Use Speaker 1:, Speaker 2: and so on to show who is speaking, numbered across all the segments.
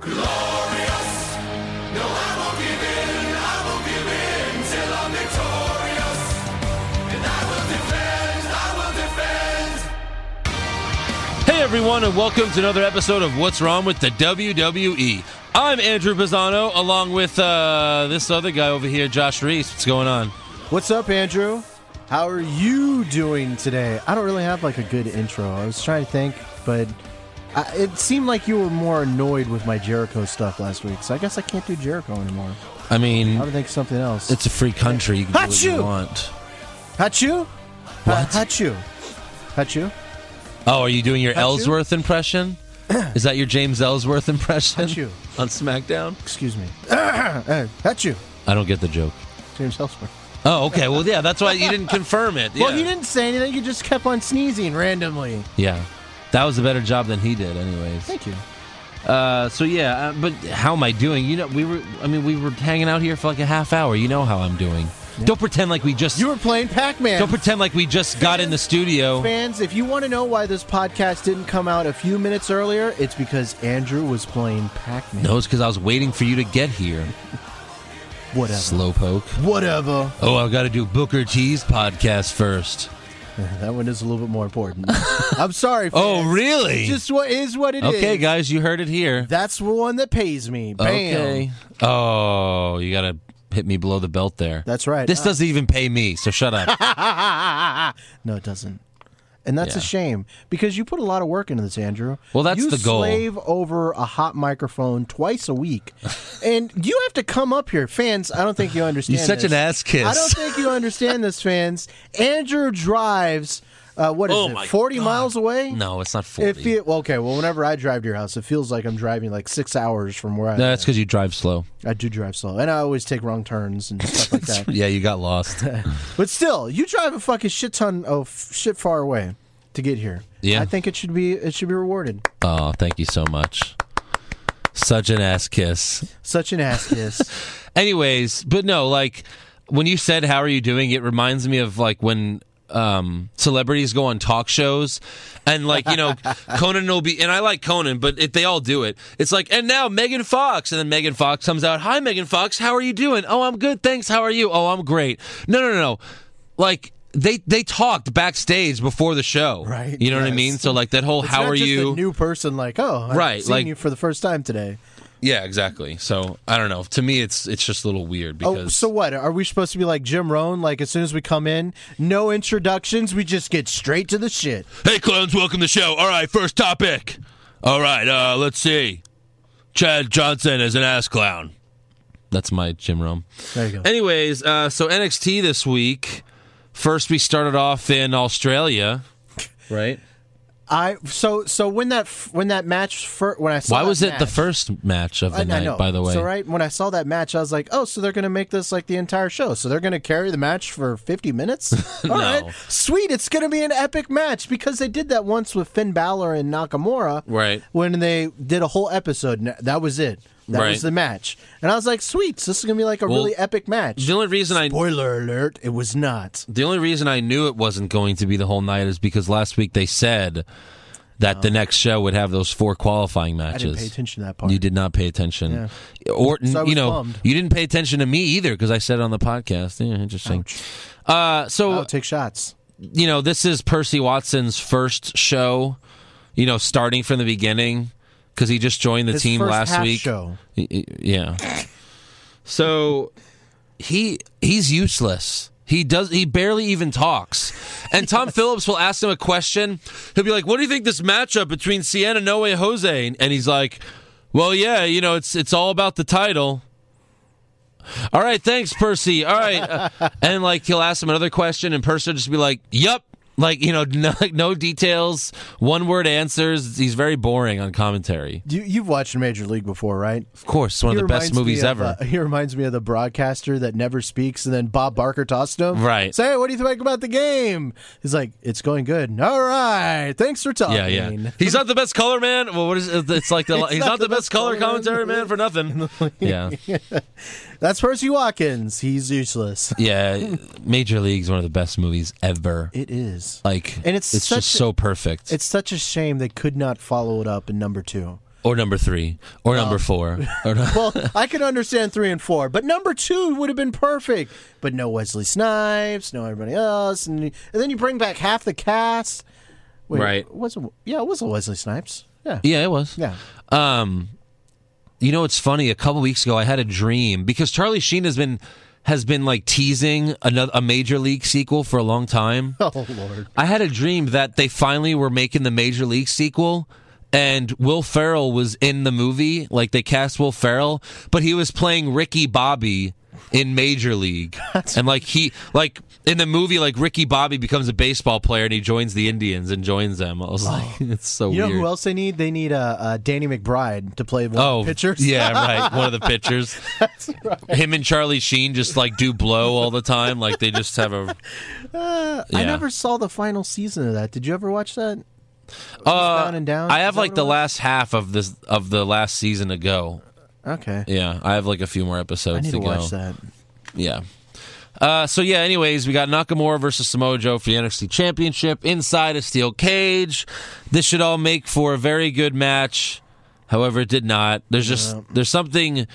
Speaker 1: glorious. No, I won't give in. I won't give in till I'm victorious. And I will defend. I will defend.
Speaker 2: Hey everyone, and welcome to another episode of What's Wrong with the WWE. I'm Andrew Pisano, along with uh, this other guy over here, Josh Reese. What's going on?
Speaker 3: What's up, Andrew? How are you doing today? I don't really have like a good intro. I was trying to think, but I, it seemed like you were more annoyed with my Jericho stuff last week, so I guess I can't do Jericho anymore.
Speaker 2: I
Speaker 3: I
Speaker 2: mean,
Speaker 3: would think of something else.
Speaker 2: it's a free country. You can do what you
Speaker 3: Achoo!
Speaker 2: want.
Speaker 3: Hachu.
Speaker 2: What?
Speaker 3: Hachu. Hachu.
Speaker 2: Oh, are you doing your
Speaker 3: you?
Speaker 2: Ellsworth impression? Is that your James Ellsworth impression
Speaker 3: Achoo.
Speaker 2: on SmackDown?
Speaker 3: Excuse me. Hachu.
Speaker 2: I don't get the joke.
Speaker 3: James Ellsworth.
Speaker 2: Oh, okay. Well, yeah, that's why you didn't confirm it. Yeah.
Speaker 3: Well, you didn't say anything. You just kept on sneezing randomly.
Speaker 2: Yeah. That was a better job than he did, anyways.
Speaker 3: Thank you.
Speaker 2: Uh, so yeah, uh, but how am I doing? You know, we were. I mean, we were hanging out here for like a half hour. You know how I'm doing. Don't pretend like we just.
Speaker 3: You were playing Pac-Man.
Speaker 2: don't pretend like we just got in the studio.
Speaker 3: Fans, if you want to know why this podcast didn't come out a few minutes earlier, it's because Andrew was playing Pac-Man.
Speaker 2: No, it's because I was waiting for you to get here,
Speaker 3: Whatever.
Speaker 2: slowpoke.
Speaker 3: Whatever.
Speaker 2: Oh, I've got to do Booker T's podcast first.
Speaker 3: That one is a little bit more important. I'm sorry. Fans.
Speaker 2: Oh, really?
Speaker 3: Just what is what it is.
Speaker 2: okay, guys, you heard it here.
Speaker 3: That's the one that pays me. Bam.
Speaker 2: Okay. Oh, you gotta hit me below the belt there.
Speaker 3: That's right.
Speaker 2: This
Speaker 3: Uh,
Speaker 2: doesn't even pay me, so shut up.
Speaker 3: no, it doesn't. And that's a
Speaker 2: Yeah.
Speaker 3: shame because you put a lot of work into this, Andrew.
Speaker 2: Well, that's
Speaker 3: you
Speaker 2: the goal.
Speaker 3: Slave over a hot microphone twice a week, and you have to come up here, fans. I don't think you understand.
Speaker 2: You're such
Speaker 3: this.
Speaker 2: an ass kiss.
Speaker 3: I don't think you understand this, fans. Andrew drives. Uh, what is
Speaker 2: Oh my
Speaker 3: it? Forty
Speaker 2: God.
Speaker 3: miles away.
Speaker 2: no, it's not forty.
Speaker 3: It feel, well, okay. Well, whenever I drive to your house, it feels like I'm driving like six hours from where I.
Speaker 2: No,
Speaker 3: live.
Speaker 2: that's because you drive slow.
Speaker 3: I do drive slow, and I always take wrong turns and stuff like that.
Speaker 2: yeah, you got lost.
Speaker 3: but still, you drive a fucking shit ton of shit far away to get here.
Speaker 2: Yeah.
Speaker 3: I think it should be it should be rewarded.
Speaker 2: Oh, thank you so much. Such an ass kiss.
Speaker 3: Such an ass kiss.
Speaker 2: Anyways, but no, like when you said how are you doing, it reminds me of like when um celebrities go on talk shows and like you know conan will be and i like conan but it, they all do it it's like and now megan fox and then megan fox comes out hi megan fox how are you doing oh i'm good thanks how are you oh i'm great no no no no like they they talked backstage before the show
Speaker 3: Right,
Speaker 2: you know what i
Speaker 3: yes.
Speaker 2: mean so like that whole
Speaker 3: It's
Speaker 2: how
Speaker 3: not
Speaker 2: are
Speaker 3: just
Speaker 2: you
Speaker 3: A new person, like oh, I've
Speaker 2: Right,
Speaker 3: seen
Speaker 2: like-
Speaker 3: you for the first time today.
Speaker 2: Yeah, exactly. So I don't know. To me, it's it's just a little weird because
Speaker 3: Oh, so what? Are we supposed to be like Jim Rohn? Like as soon as we come in, no introductions, we just get straight to the shit.
Speaker 2: hey, clowns, welcome to the show. All right, first topic. All right, uh, let's see. Chad Johnson is an ass clown. That's my Jim Rome.
Speaker 3: There you go.
Speaker 2: Anyways, uh, so NXT this week. First, we started off in Australia, right?
Speaker 3: I so so when that f- when that match fir- when I saw
Speaker 2: Why
Speaker 3: that
Speaker 2: was it the
Speaker 3: match-
Speaker 2: first match of the
Speaker 3: I- I
Speaker 2: night?
Speaker 3: know.
Speaker 2: By the way,
Speaker 3: so right when I saw that match, I was like, "Oh, so they're going to make this like the entire show? So they're going to carry the match for fifty minutes? All right, sweet. It's going to be an epic match because they did that once with Finn Balor and Nakamura,
Speaker 2: Right.
Speaker 3: When they did a whole episode, and that was it. That
Speaker 2: Right.
Speaker 3: was the match, and I was like, "Sweet, so this is going to be like a really epic match."
Speaker 2: the only reason I
Speaker 3: Spoiler alert: It was not.
Speaker 2: The only reason I knew it wasn't going to be the whole night is because last week they said that the next show would have those four qualifying
Speaker 3: Oh. I
Speaker 2: matches.
Speaker 3: didn't pay attention to that part.
Speaker 2: You did not pay attention. Orton,
Speaker 3: So I was
Speaker 2: you know,
Speaker 3: bummed.
Speaker 2: you didn't pay attention to me either because I said it on the podcast. Yeah, interesting. Uh, so
Speaker 3: I'll take shots.
Speaker 2: you know, this is Percy Watson's first show. You know, starting from the beginning because he just joined the
Speaker 3: His
Speaker 2: team
Speaker 3: first
Speaker 2: last
Speaker 3: half
Speaker 2: week.
Speaker 3: show.
Speaker 2: Y- y- Yeah. So he he's useless. He does he barely even talks. And Tom Phillips will ask him a question. He'll be like, "What do you think this matchup between Sienna Noe and Jose?" And he's like, "Well, yeah, you know, it's it's all about the title." All right, thanks, Percy. All right, Uh, and like he'll ask him another question, and Percy will just be like, "Yup." Like you know, no, like, no details, one word answers. He's very boring on commentary.
Speaker 3: You, you've watched Major League before, right?
Speaker 2: Of course, one of
Speaker 3: He
Speaker 2: the best
Speaker 3: reminds me
Speaker 2: movies
Speaker 3: of,
Speaker 2: ever.
Speaker 3: uh, he reminds me of the broadcaster that never speaks, and then Bob Barker tossed him.
Speaker 2: Right.
Speaker 3: Say, what do you think about the game? He's like, it's going good. All right. Thanks for talking.
Speaker 2: Yeah, yeah. He's not the best color man. Well, what is it? It's like the he's not, the best, color
Speaker 3: color man.
Speaker 2: commentary man for nothing. yeah,
Speaker 3: That's Percy Watkins. He's useless.
Speaker 2: yeah. Major League's one of the best movies ever.
Speaker 3: It is.
Speaker 2: Like,
Speaker 3: And it's
Speaker 2: it's
Speaker 3: such
Speaker 2: just
Speaker 3: a-
Speaker 2: so perfect.
Speaker 3: It's such a shame they could not follow it up in number two.
Speaker 2: or number three, or number four. Or no-
Speaker 3: Well, I can understand three and four, but number two would have been perfect. But no Wesley Snipes, no everybody else, and, and then you bring back half the cast. Wait,
Speaker 2: Right.
Speaker 3: Was it, yeah, it was a Wesley Snipes. Yeah,
Speaker 2: yeah, it was.
Speaker 3: yeah.
Speaker 2: Um, you know, it's funny. A couple weeks ago, I had a dream because Charlie Sheen has been has been like teasing another a major league sequel for a long time.
Speaker 3: Oh Lord.
Speaker 2: I had a dream that they finally were making the Major League sequel, and Will Ferrell was in the movie. Like they cast Will Ferrell, but he was playing Ricky Bobby in Major League, and like he like in the movie, like Ricky Bobby becomes a baseball player and he joins the Indians and joins them. I was like, it's so
Speaker 3: Oh. You know
Speaker 2: weird.
Speaker 3: who else they need? They need uh, uh, Danny McBride to play one
Speaker 2: Oh,
Speaker 3: of the pitchers.
Speaker 2: yeah, right. One of the pitchers. Him and Charlie Sheen just like do blow all the time. Like they just have a.
Speaker 3: I
Speaker 2: Yeah.
Speaker 3: never saw the final season of that. Did you ever watch that?
Speaker 2: Uh,
Speaker 3: Down and Down?
Speaker 2: I
Speaker 3: Is
Speaker 2: have
Speaker 3: that
Speaker 2: like
Speaker 3: what
Speaker 2: the
Speaker 3: it was?
Speaker 2: last half of this of the last season to go.
Speaker 3: Okay.
Speaker 2: Yeah, I have like a few more episodes
Speaker 3: I need
Speaker 2: to,
Speaker 3: to
Speaker 2: go.
Speaker 3: watch that.
Speaker 2: Yeah. Uh, so yeah. Anyways, we got Nakamura versus Samoa Joe for the NXT Championship inside a steel cage. This should all make for a very good match. However, it did not. There's just there's something.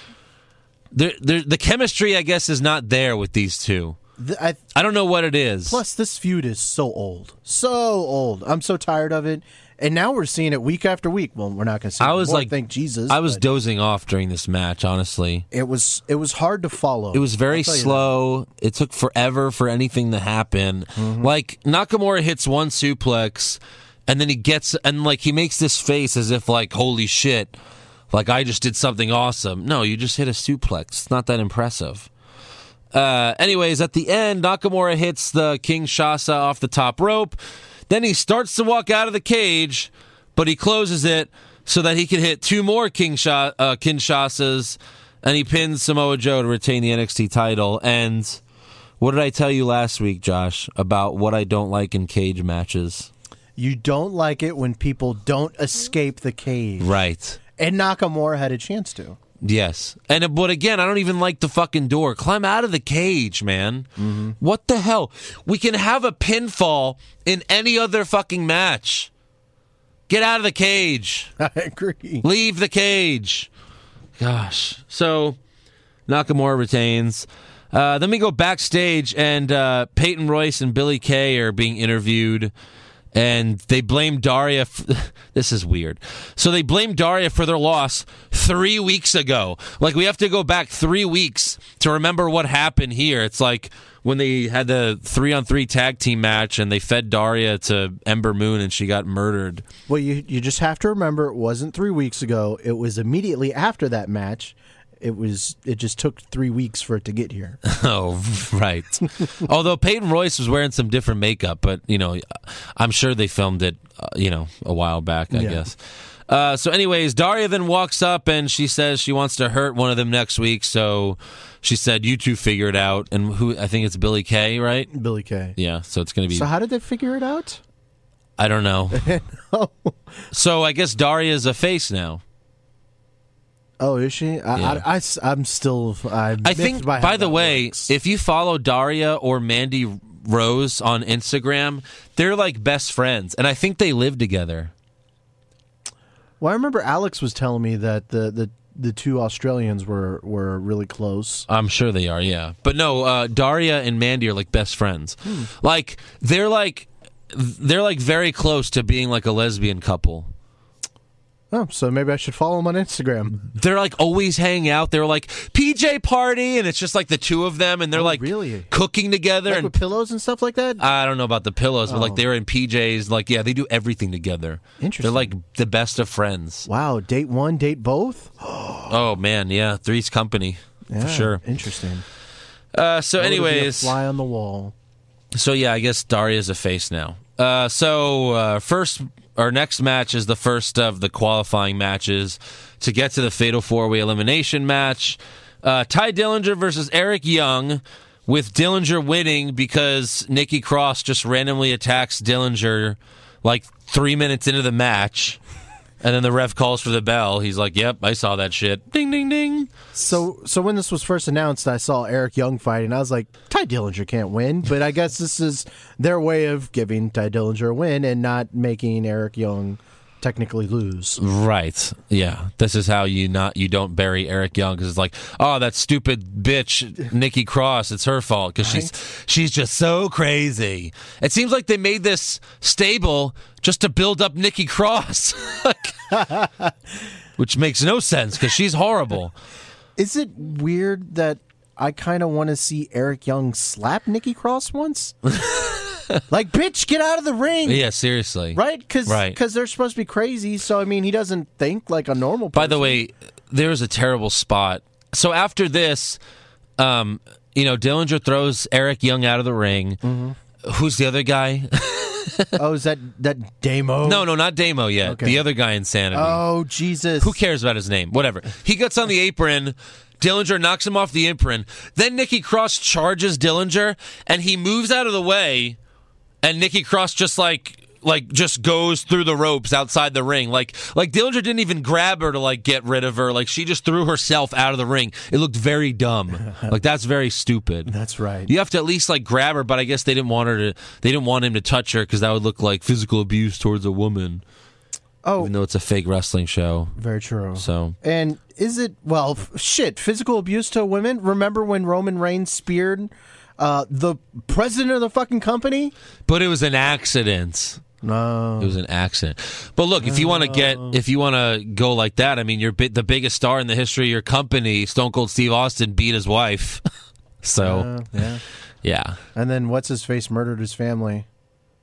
Speaker 2: There, there, the chemistry, I guess, is not there with these two.
Speaker 3: Th- I,
Speaker 2: I don't know what it is.
Speaker 3: plus, this feud is so old, so old. I'm so tired of it, and now we're seeing it week after week. Well, we're not going to see.
Speaker 2: I
Speaker 3: it
Speaker 2: was
Speaker 3: more,
Speaker 2: like-
Speaker 3: thank Jesus.
Speaker 2: I was
Speaker 3: but
Speaker 2: dozing off during this match. Honestly,
Speaker 3: it was. It was hard to follow.
Speaker 2: it was very slow. It took forever for anything to happen. Like Nakamura hits one suplex, and then he gets and like he makes this face as if like holy shit, like I just did something awesome. No, you just hit a suplex. It's not that impressive. Uh, anyways, at the end, Nakamura hits the Kinshasa off the top rope. Then he starts to walk out of the cage, but he closes it so that he can hit two more Kinsha- uh, Kinshasas, and he pins Samoa Joe to retain the NXT title. And what did I tell you last week, Josh, about what I don't like in cage matches?
Speaker 3: You don't like it when people don't escape the cage,
Speaker 2: Right.
Speaker 3: and Nakamura had a chance to.
Speaker 2: Yes. And but again, I don't even like the fucking door. Climb out of the cage, man. What the hell? We can have a pinfall in any other fucking match. Get out of the cage.
Speaker 3: I agree.
Speaker 2: Leave the cage. Gosh. So Nakamura retains. Uh, then we go backstage, and uh, Peyton Royce and Billy Kay are being interviewed, and they blame Daria. F- this is weird. So they blame Daria for their loss three weeks ago. Like we have to go back three weeks to remember what happened here. It's like when they had the three on three tag team match, and they fed Daria to Ember Moon, and she got murdered.
Speaker 3: Well, you you just have to remember it wasn't three weeks ago. It was immediately after that match. It was. It just took three weeks for it to get here.
Speaker 2: Oh, right. Although Peyton Royce was wearing some different makeup, but you know, I'm sure they filmed it, uh, you know, a while back. I
Speaker 3: Yeah.
Speaker 2: guess. Uh, so, anyways, Daria then walks up and she says she wants to hurt one of them next week. So she said, "You two figure it out." And who? I think it's Billy Kay, right?
Speaker 3: Billy Kay.
Speaker 2: Yeah. So it's gonna be.
Speaker 3: So how did they figure it out?
Speaker 2: I don't know. So I guess Daria is a face now.
Speaker 3: Oh, is she? I,
Speaker 2: Yeah.
Speaker 3: I, am still. I'm
Speaker 2: I think,
Speaker 3: miffed
Speaker 2: by,
Speaker 3: how
Speaker 2: the
Speaker 3: that
Speaker 2: way,
Speaker 3: works.
Speaker 2: if you follow Daria or Mandy Rose on Instagram, they're like best friends, and I think they live together.
Speaker 3: well, I remember Alex was telling me that the the the two Australians were were really close.
Speaker 2: I'm sure they are, yeah. But no, uh, Daria and Mandy are like best friends.
Speaker 3: Hmm.
Speaker 2: Like they're like they're like very close to being like a lesbian couple.
Speaker 3: Oh, so maybe I should follow him on Instagram.
Speaker 2: They're like always hanging out. They're like PJ party, and it's just like the two of them, and they're like
Speaker 3: Oh, really?
Speaker 2: cooking together.
Speaker 3: Like
Speaker 2: and
Speaker 3: with pillows and stuff like that.
Speaker 2: I don't know about the pillows, but like they're in PJs. Like yeah, they do everything together.
Speaker 3: Interesting.
Speaker 2: They're like the best of friends.
Speaker 3: wow, date one, date both.
Speaker 2: Oh man, yeah, Three's Company
Speaker 3: Yeah,
Speaker 2: for sure.
Speaker 3: Interesting.
Speaker 2: Uh, so,
Speaker 3: I wanna be a
Speaker 2: anyways,
Speaker 3: fly on the wall.
Speaker 2: So yeah, I guess Daria's a face now. Uh, so uh, first, our next match is the first of the qualifying matches to get to the fatal four way elimination match. Uh, Ty Dillinger versus Eric Young, with Dillinger winning because Nikki Cross just randomly attacks Dillinger like three minutes into the match. And then the ref calls for the bell. He's like, "Yep, I saw that shit." Ding, ding, ding.
Speaker 3: So, so when this was first announced, I saw Eric Young fighting. I was like, Ty Dillinger can't win, but I guess this is their way of giving Ty Dillinger a win and not making Eric Young technically lose.
Speaker 2: Right. Yeah. This is how you not you don't bury Eric Young because it's like, oh, that stupid bitch Nikki Cross. It's her fault because she's she's just so crazy. It seems like they made this stable just to build up Nikki Cross, Like, which makes no sense because she's horrible.
Speaker 3: Is it weird that I kind of want to see Eric Young slap Nikki Cross once? like, bitch, get out of the ring,
Speaker 2: Yeah. Seriously.
Speaker 3: right? Because
Speaker 2: Right.
Speaker 3: they're supposed to be crazy. So I mean, he doesn't think like a normal.
Speaker 2: By
Speaker 3: person.
Speaker 2: the way, there was a terrible spot. So after this, um, you know, Dillinger throws Eric Young out of the ring. Who's the other guy?
Speaker 3: oh, is that that Damo?
Speaker 2: No, no, not Damo yet.
Speaker 3: Okay.
Speaker 2: The other guy, Insanity.
Speaker 3: Oh Jesus!
Speaker 2: Who cares about his name? Whatever. He gets on the apron. Dillinger knocks him off the apron. Then Nikki Cross charges Dillinger, and he moves out of the way. And Nikki Cross just like like just goes through the ropes outside the ring. Like like Dillinger didn't even grab her to like get rid of her. Like she just threw herself out of the ring. It looked very dumb. Like that's very stupid.
Speaker 3: That's right.
Speaker 2: You have to at least like grab her, but I guess they didn't want her to. They didn't want him to touch her because that would look like physical abuse towards a woman.
Speaker 3: Oh.
Speaker 2: even though it's a fake wrestling show,
Speaker 3: Very true.
Speaker 2: so
Speaker 3: And is it well? f- Shit, physical abuse to women. Remember when Roman Reigns speared uh, the president of the fucking company?
Speaker 2: But it was an accident. No, it was an accident. But look, if you want to get, if you want to go like that, I mean, you're bi- the biggest star in the history of your company. Stone Cold Steve Austin beat his wife, so
Speaker 3: Uh, yeah.
Speaker 2: yeah,
Speaker 3: And then what's his face murdered his family.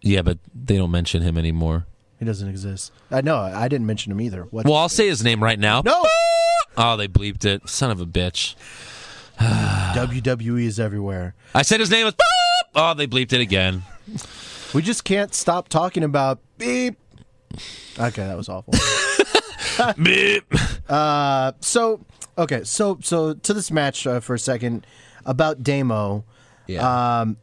Speaker 2: yeah. But they don't mention him anymore.
Speaker 3: He doesn't exist. I know. I didn't mention him either. What?
Speaker 2: Well, I'll say his name right now.
Speaker 3: no.
Speaker 2: Oh, they bleeped it. Son of a bitch.
Speaker 3: WWE E is everywhere.
Speaker 2: I said his name was. Oh, they bleeped it again.
Speaker 3: We just can't stop talking about beep. Okay, that was awful. Uh,
Speaker 2: Beep.
Speaker 3: so okay, so so to this match uh, for a second about Damo.
Speaker 2: Yeah.
Speaker 3: Um,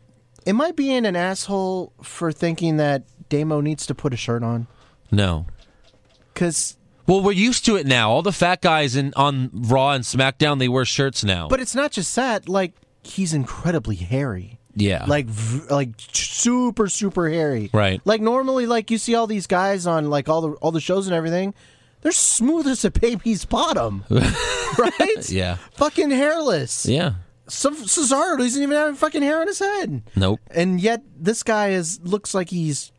Speaker 3: Am I being an asshole for thinking that Damo needs to put a shirt on?
Speaker 2: no.
Speaker 3: Because,
Speaker 2: Well, we're used to it now. All the fat guys in on Raw and SmackDown, they wear shirts now.
Speaker 3: but it's not just that. Like he's incredibly hairy.
Speaker 2: yeah,
Speaker 3: Like, v- like super, super hairy.
Speaker 2: Right.
Speaker 3: Like normally, like you see all these guys on like all the all the shows and everything, they're smooth as a baby's bottom, right?
Speaker 2: yeah,
Speaker 3: Fucking hairless.
Speaker 2: yeah.
Speaker 3: Some Cesaro doesn't even have fucking hair on his head.
Speaker 2: Nope.
Speaker 3: and yet this guy is looks like he's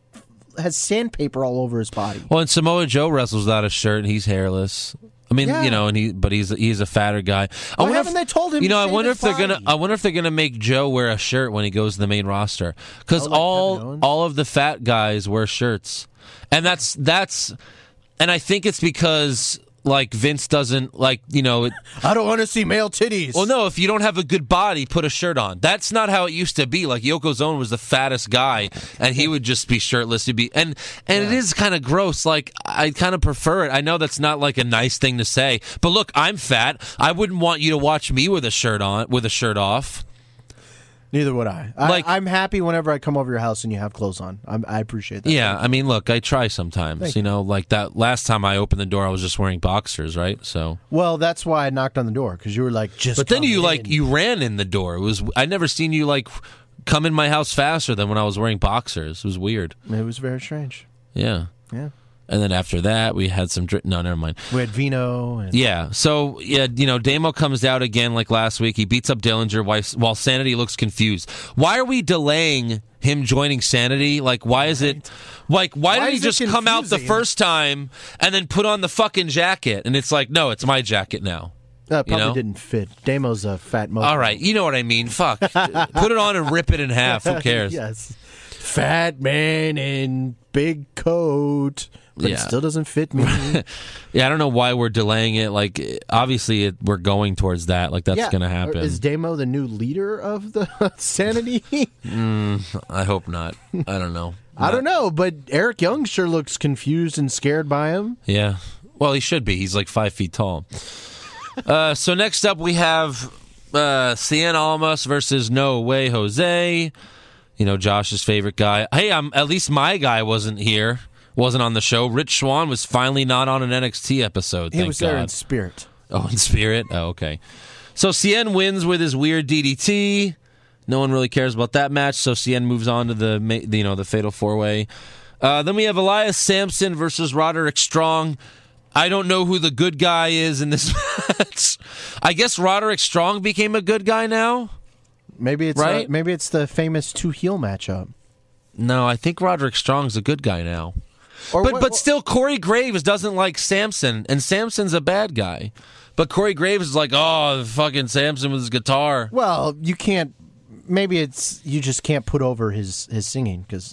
Speaker 3: has sandpaper all over his body.
Speaker 2: Well, and Samoa Joe wrestles without a shirt, and he's hairless. I mean,
Speaker 3: Yeah.
Speaker 2: you know, and he but he's he's a fatter guy. I
Speaker 3: Why
Speaker 2: wonder
Speaker 3: haven't they told him
Speaker 2: You
Speaker 3: to
Speaker 2: know, I
Speaker 3: shave
Speaker 2: wonder
Speaker 3: his
Speaker 2: if they're gonna.
Speaker 3: body?
Speaker 2: I wonder if they're gonna make Joe wear a shirt when he goes to the main roster because
Speaker 3: Oh, like Kevin
Speaker 2: all
Speaker 3: Owens?
Speaker 2: all of the fat guys wear shirts, and that's that's, and I think it's because like Vince doesn't like you know. It,
Speaker 3: I don't want to see male titties.
Speaker 2: well, no, if you don't have a good body, put a shirt on. That's not how it used to be. Like Yokozuna was the fattest guy, and he would just be shirtless. He'd be and and it is kind of gross. Like I kind of prefer it. I know that's not like a nice thing to say, but look, I'm fat. I wouldn't want you to watch me with a shirt on, with a shirt off.
Speaker 3: neither would I. I
Speaker 2: Like-
Speaker 3: I'm happy whenever I come over your house and you have clothes on. I'm, I appreciate that.
Speaker 2: Yeah, I mean, look, I try sometimes. you know, like that last time I opened the door, I was just wearing boxers, right? So,
Speaker 3: Well, that's why I knocked on the door because you were like, just.
Speaker 2: but then
Speaker 3: come
Speaker 2: you
Speaker 3: in.
Speaker 2: like you ran in the door. It was I never seen you like come in my house faster than when I was wearing boxers. It was weird.
Speaker 3: It was very strange.
Speaker 2: Yeah.
Speaker 3: Yeah,
Speaker 2: And then after that, we had some drink. No, never mind.
Speaker 3: we had Vino and
Speaker 2: Yeah. So, yeah, you know, Damo comes out again like last week. He beats up Dillinger while, while Sanity looks confused. Why are we delaying him joining Sanity? Like, why is it. Like, why,
Speaker 3: Why
Speaker 2: did he
Speaker 3: is it
Speaker 2: just come out the
Speaker 3: confusing?
Speaker 2: first time and then put on the fucking jacket? And it's like, no, it's my jacket now.
Speaker 3: that probably
Speaker 2: know?
Speaker 3: didn't fit. Damo's a fat mo.
Speaker 2: All right. You know what I mean. Fuck. put it on and rip it in half. Who cares?
Speaker 3: yes, fat man in big coat, but
Speaker 2: Yeah.
Speaker 3: it still doesn't fit me.
Speaker 2: Yeah, I don't know why we're delaying it. Like, obviously, it, we're going towards that. Like, that's going to
Speaker 3: Or
Speaker 2: happen.
Speaker 3: Is Damo the new leader of the sanity?
Speaker 2: I hope not. I don't know.
Speaker 3: I don't know, but Eric Young sure looks confused and scared by him.
Speaker 2: Yeah. Well, he should be. He's like five feet tall. uh, so next up, we have uh, Cien Almas versus No Way Jose. You know, Josh's favorite guy. Hey, I'm at least my guy wasn't here, wasn't on the show. Rich Swan was finally not on an NXT episode.
Speaker 3: He
Speaker 2: thank
Speaker 3: was
Speaker 2: God.
Speaker 3: there in spirit.
Speaker 2: Oh, in spirit? Oh, okay. So Cien wins with his weird DDT. No one really cares about that match, so Cien moves on to the ma- the, you know the fatal four way. Uh, then we have Elias Sampson versus Roderick Strong. I don't know who the good guy is in this match. I guess Roderick Strong became a good guy now.
Speaker 3: Maybe it's
Speaker 2: Right?
Speaker 3: uh, maybe it's the famous two heel matchup.
Speaker 2: No, I think Roderick Strong's a good guy now.
Speaker 3: Or
Speaker 2: But
Speaker 3: what-
Speaker 2: but still, Corey Graves doesn't like Samson, and Samson's a bad guy. But Corey Graves is like, oh, fucking Samson with his guitar.
Speaker 3: well, you can't. Maybe it's you just can't put over his his singing because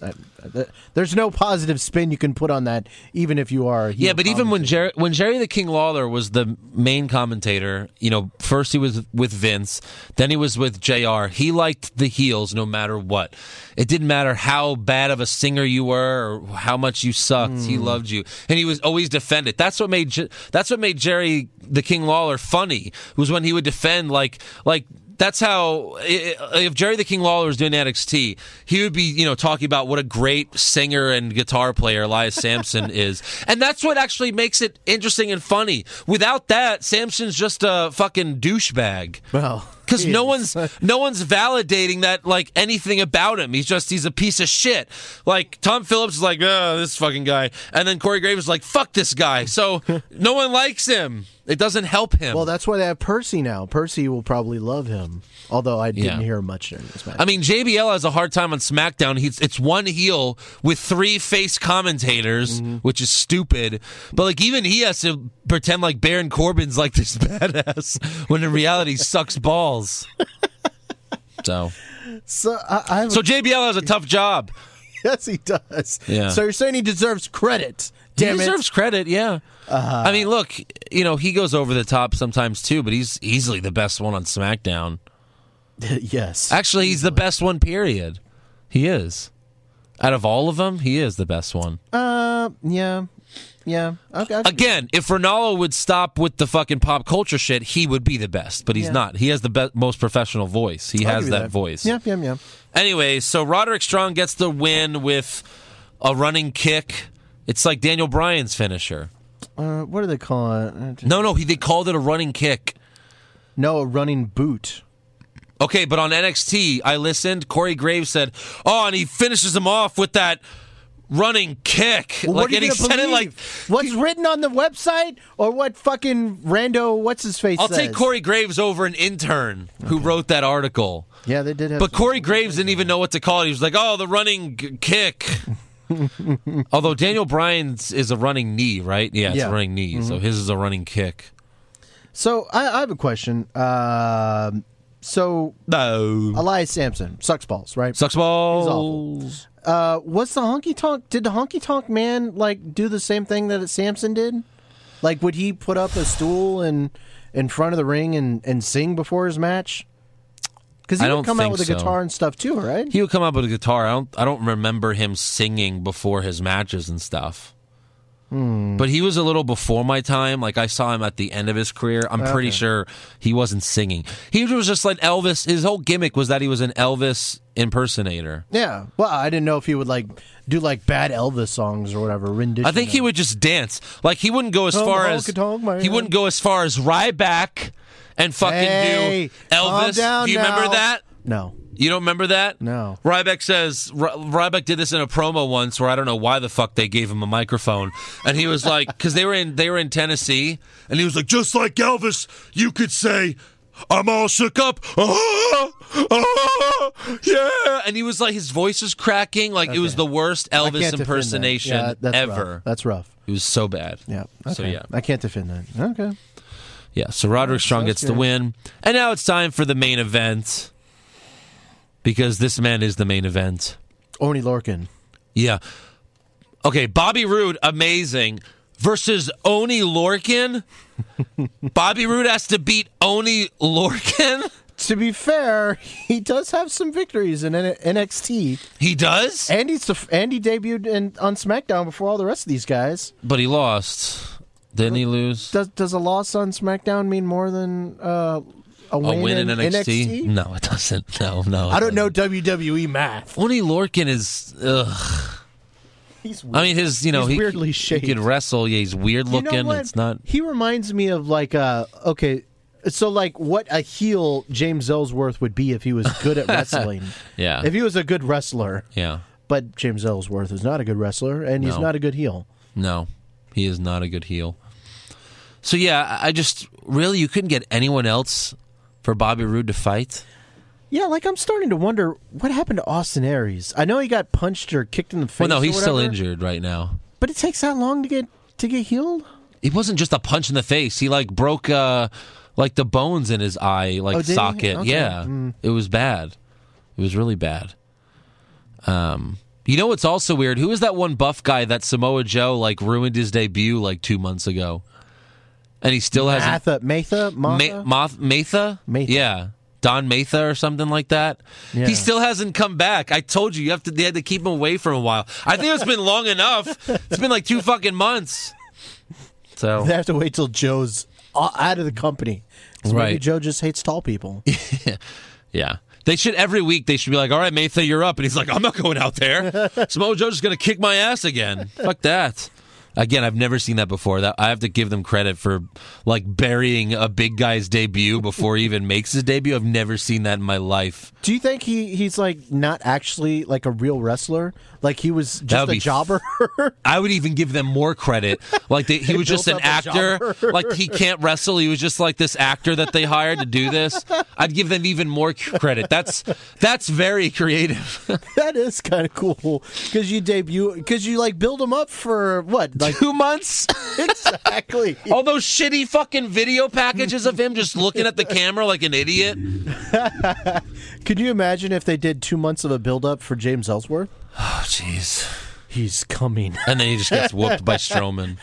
Speaker 3: th- there's no positive spin you can put on that, even if you are. a heel
Speaker 2: Yeah, but even when Jerry, when Jerry the King Lawler was the main commentator, you know, first he was with Vince, then he was with JR. He liked the heels no matter what. It didn't matter how bad of a singer you were or how much you sucked. He loved you, and he was always defended. That's what made Je- that's what made Jerry the King Lawler funny was when he would defend like like that's how i- i- if Jerry the King Lawler was doing NXT, he would be you know talking about what a great singer and guitar player Elias Sampson is, and that's what actually makes it interesting and funny. Without that, Sampson's just a fucking douchebag.
Speaker 3: well,
Speaker 2: Because no
Speaker 3: Jesus.
Speaker 2: one's no one's validating that like anything about him. He's just he's a piece of shit. Like Tom Phillips is like, oh, this fucking guy, and then Corey Graves is like, fuck this guy. So no one likes him. It doesn't help him.
Speaker 3: Well, that's why they have Percy now. Percy will probably love him. Although I
Speaker 2: Yeah.
Speaker 3: didn't hear much during this match.
Speaker 2: I mean, JBL has a hard time on SmackDown. He's it's one heel with three face commentators,
Speaker 3: Mm-hmm.
Speaker 2: which is stupid. But like even he has to pretend like Baron Corbin's like this badass when in reality he sucks balls. So
Speaker 3: so I, I have
Speaker 2: so JBL has a tough job.
Speaker 3: yes, he does.
Speaker 2: Yeah.
Speaker 3: So you're saying he deserves credit? Damn
Speaker 2: he
Speaker 3: it! Uh-huh.
Speaker 2: deserves credit, yeah. I mean, look, you know he goes over the top sometimes too, but he's easily the best one on SmackDown.
Speaker 3: yes.
Speaker 2: Actually, he's the best one. Period. He is. Out of all of them, he is the best one.
Speaker 3: Uh, yeah, yeah. Okay. I-
Speaker 2: Again, if Ronaldo would stop with the fucking pop culture shit, he would be the best. But he's
Speaker 3: Yeah.
Speaker 2: not. He has the be- most professional voice. He
Speaker 3: I'll
Speaker 2: has
Speaker 3: give you
Speaker 2: that, voice.
Speaker 3: Yeah, yeah, yeah.
Speaker 2: Anyway, so Roderick Strong gets the win with a running kick. It's like Daniel Bryan's finisher.
Speaker 3: Uh, what do they call it? Uh,
Speaker 2: No, no, he they called it a running kick.
Speaker 3: No, a running boot.
Speaker 2: Okay, but on NXT, I listened. Corey Graves said, "Oh, and he finishes him off with that running kick."
Speaker 3: Well, what
Speaker 2: and
Speaker 3: are you
Speaker 2: he
Speaker 3: gonna
Speaker 2: said it
Speaker 3: believe?
Speaker 2: like
Speaker 3: what's written on the website or what fucking rando? What's his face?
Speaker 2: I'll
Speaker 3: says?
Speaker 2: take Corey Graves over an intern who wrote that article.
Speaker 3: Yeah, they did. Have
Speaker 2: But Corey Graves didn't even know what to call it. He was like, "Oh, the running g- kick." Although Daniel Bryan's is a running knee, right? Yeah, it's
Speaker 3: Yeah. Mm-hmm.
Speaker 2: a running knee. So his is a running kick.
Speaker 3: so I, I have a question. Um, so
Speaker 2: No,
Speaker 3: Elias Sampson sucks balls, right?
Speaker 2: sucks
Speaker 3: awful.
Speaker 2: balls.
Speaker 3: Uh, what's the honky tonk? Did the honky tonk man like do the same thing that Samson did? Like, would he put up a stool and in front of the ring and, and sing before his match? Because he
Speaker 2: I
Speaker 3: would
Speaker 2: don't
Speaker 3: come out
Speaker 2: think
Speaker 3: with a
Speaker 2: so.
Speaker 3: guitar and stuff too, right?
Speaker 2: He would come up with a guitar. I don't. I don't remember him singing before his matches and stuff.
Speaker 3: Hmm.
Speaker 2: But he was a little before my time. Like I saw him at the end of his career. I'm pretty sure he wasn't singing. He was just like Elvis. His whole gimmick was that he was an Elvis impersonator.
Speaker 3: yeah. Well, I didn't know if he would like do like bad Elvis songs or whatever rendition.
Speaker 2: I think he
Speaker 3: of-
Speaker 2: would just dance. Like he wouldn't go as
Speaker 3: Tom
Speaker 2: far
Speaker 3: Hulk
Speaker 2: as
Speaker 3: and Hulk, my
Speaker 2: he wouldn't go as far as Ryback and fucking
Speaker 3: Hey,
Speaker 2: do
Speaker 3: calm
Speaker 2: Elvis.
Speaker 3: down
Speaker 2: do you
Speaker 3: now.
Speaker 2: remember that?
Speaker 3: No.
Speaker 2: You don't remember that?
Speaker 3: No.
Speaker 2: Ryback says Ry- Ryback did this in a promo once where I don't know why the fuck they gave him a microphone, and he was like, because they were in they were in Tennessee, and he was like, just like Elvis, you could say. I'm all shook up. Ah, ah, yeah. And he was like, his voice was cracking. Like, it was the worst
Speaker 3: I can't
Speaker 2: Elvis
Speaker 3: defend that.
Speaker 2: impersonation
Speaker 3: Yeah, that's rough.
Speaker 2: ever.
Speaker 3: That's rough.
Speaker 2: It was so bad.
Speaker 3: Yeah.
Speaker 2: So
Speaker 3: Okay.
Speaker 2: yeah.
Speaker 3: I can't defend that. Okay.
Speaker 2: Yeah. So Roderick Strong gets the
Speaker 3: good.
Speaker 2: win, and now it's time for the main event because this man is the main event.
Speaker 3: Orny Lorkin.
Speaker 2: Yeah. Okay, Bobby Roode, amazing versus Oni Lorkin. Bobby Roode has to beat Oni Lorkin.
Speaker 3: To be fair, he does have some victories in N- NXT.
Speaker 2: He does,
Speaker 3: Andy's the, Andy debuted in, on SmackDown before all the rest of these guys.
Speaker 2: but he lost. Didn't he lose?
Speaker 3: Does does a loss on SmackDown mean more than uh, a
Speaker 2: A
Speaker 3: win,
Speaker 2: win in NXT? No, it doesn't. No, no.
Speaker 3: I don't know WWE math.
Speaker 2: Oni Lorkin is. Ugh.
Speaker 3: He's weird.
Speaker 2: I mean, his you know
Speaker 3: He's
Speaker 2: he,
Speaker 3: weirdly
Speaker 2: he
Speaker 3: shaped.
Speaker 2: can wrestle. Yeah, he's weird
Speaker 3: You know
Speaker 2: looking.
Speaker 3: what?
Speaker 2: it's not.
Speaker 3: He reminds me of like uh okay, so like what a heel James Ellsworth would be if he was good at wrestling.
Speaker 2: Yeah.
Speaker 3: If he was a good wrestler.
Speaker 2: Yeah.
Speaker 3: But James Ellsworth is not a good wrestler, and he's
Speaker 2: No.
Speaker 3: not a good heel.
Speaker 2: No, he is not a good heel. So yeah, I- I just really you couldn't get anyone else for Bobby Roode to fight.
Speaker 3: Yeah, like I'm starting to wonder what happened to Austin Aries. I know he got punched or kicked in the face.
Speaker 2: Well, no,
Speaker 3: or
Speaker 2: he's still
Speaker 3: whatever,
Speaker 2: injured right now.
Speaker 3: But it takes that long to get to get healed.
Speaker 2: It wasn't just a punch in the face. He like broke uh like the bones in his eye like
Speaker 3: Oh, did he?
Speaker 2: socket.
Speaker 3: Okay. Hmm.
Speaker 2: Yeah. It was bad. It was really bad. Um you know what's also weird? Who is that one buff guy that Samoa Joe like ruined his debut like 2 months ago? And he still hasn't
Speaker 3: Matha, Matha,
Speaker 2: Ah. Ma-
Speaker 3: Matha.
Speaker 2: Moth Matha?
Speaker 3: Matha.
Speaker 2: Yeah. Don Matha or something like that.
Speaker 3: Yeah.
Speaker 2: He still hasn't come back. I told you, you have to. They had to keep him away for a while. I think it's been long enough. It's been like two fucking months. So
Speaker 3: they have to wait till Joe's o- out of the company. 'Cause Maybe
Speaker 2: Right.
Speaker 3: Joe just hates tall people.
Speaker 2: yeah, they should every week. They should be like, "All right, Matha, you're up," and he's like, "I'm not going out there. Samoa Joe's just gonna kick my ass again. Fuck that." Again, I've never seen that before. That I have to give them credit for like burying a big guy's debut before he even makes his debut. I've never seen that in my life.
Speaker 3: Do you think he, he's like not actually like a real wrestler? Like he was just
Speaker 2: would
Speaker 3: a
Speaker 2: be
Speaker 3: jobber?
Speaker 2: I would even give them more credit. Like they, he was just an
Speaker 3: built up a
Speaker 2: actor.
Speaker 3: jobber.
Speaker 2: Like he can't wrestle. He was just like this actor that they hired to do this. I'd give them even more c- credit. That's that's very creative.
Speaker 3: that is kind of cool because you debut because you like build him up for what like
Speaker 2: Two months.
Speaker 3: exactly.
Speaker 2: All those shitty fucking video packages of him just looking at the camera like an idiot.
Speaker 3: Could you imagine if they did two months of a build up for James Ellsworth?
Speaker 2: Oh jeez.
Speaker 3: He's coming,
Speaker 2: And then he just gets whooped by Strowman.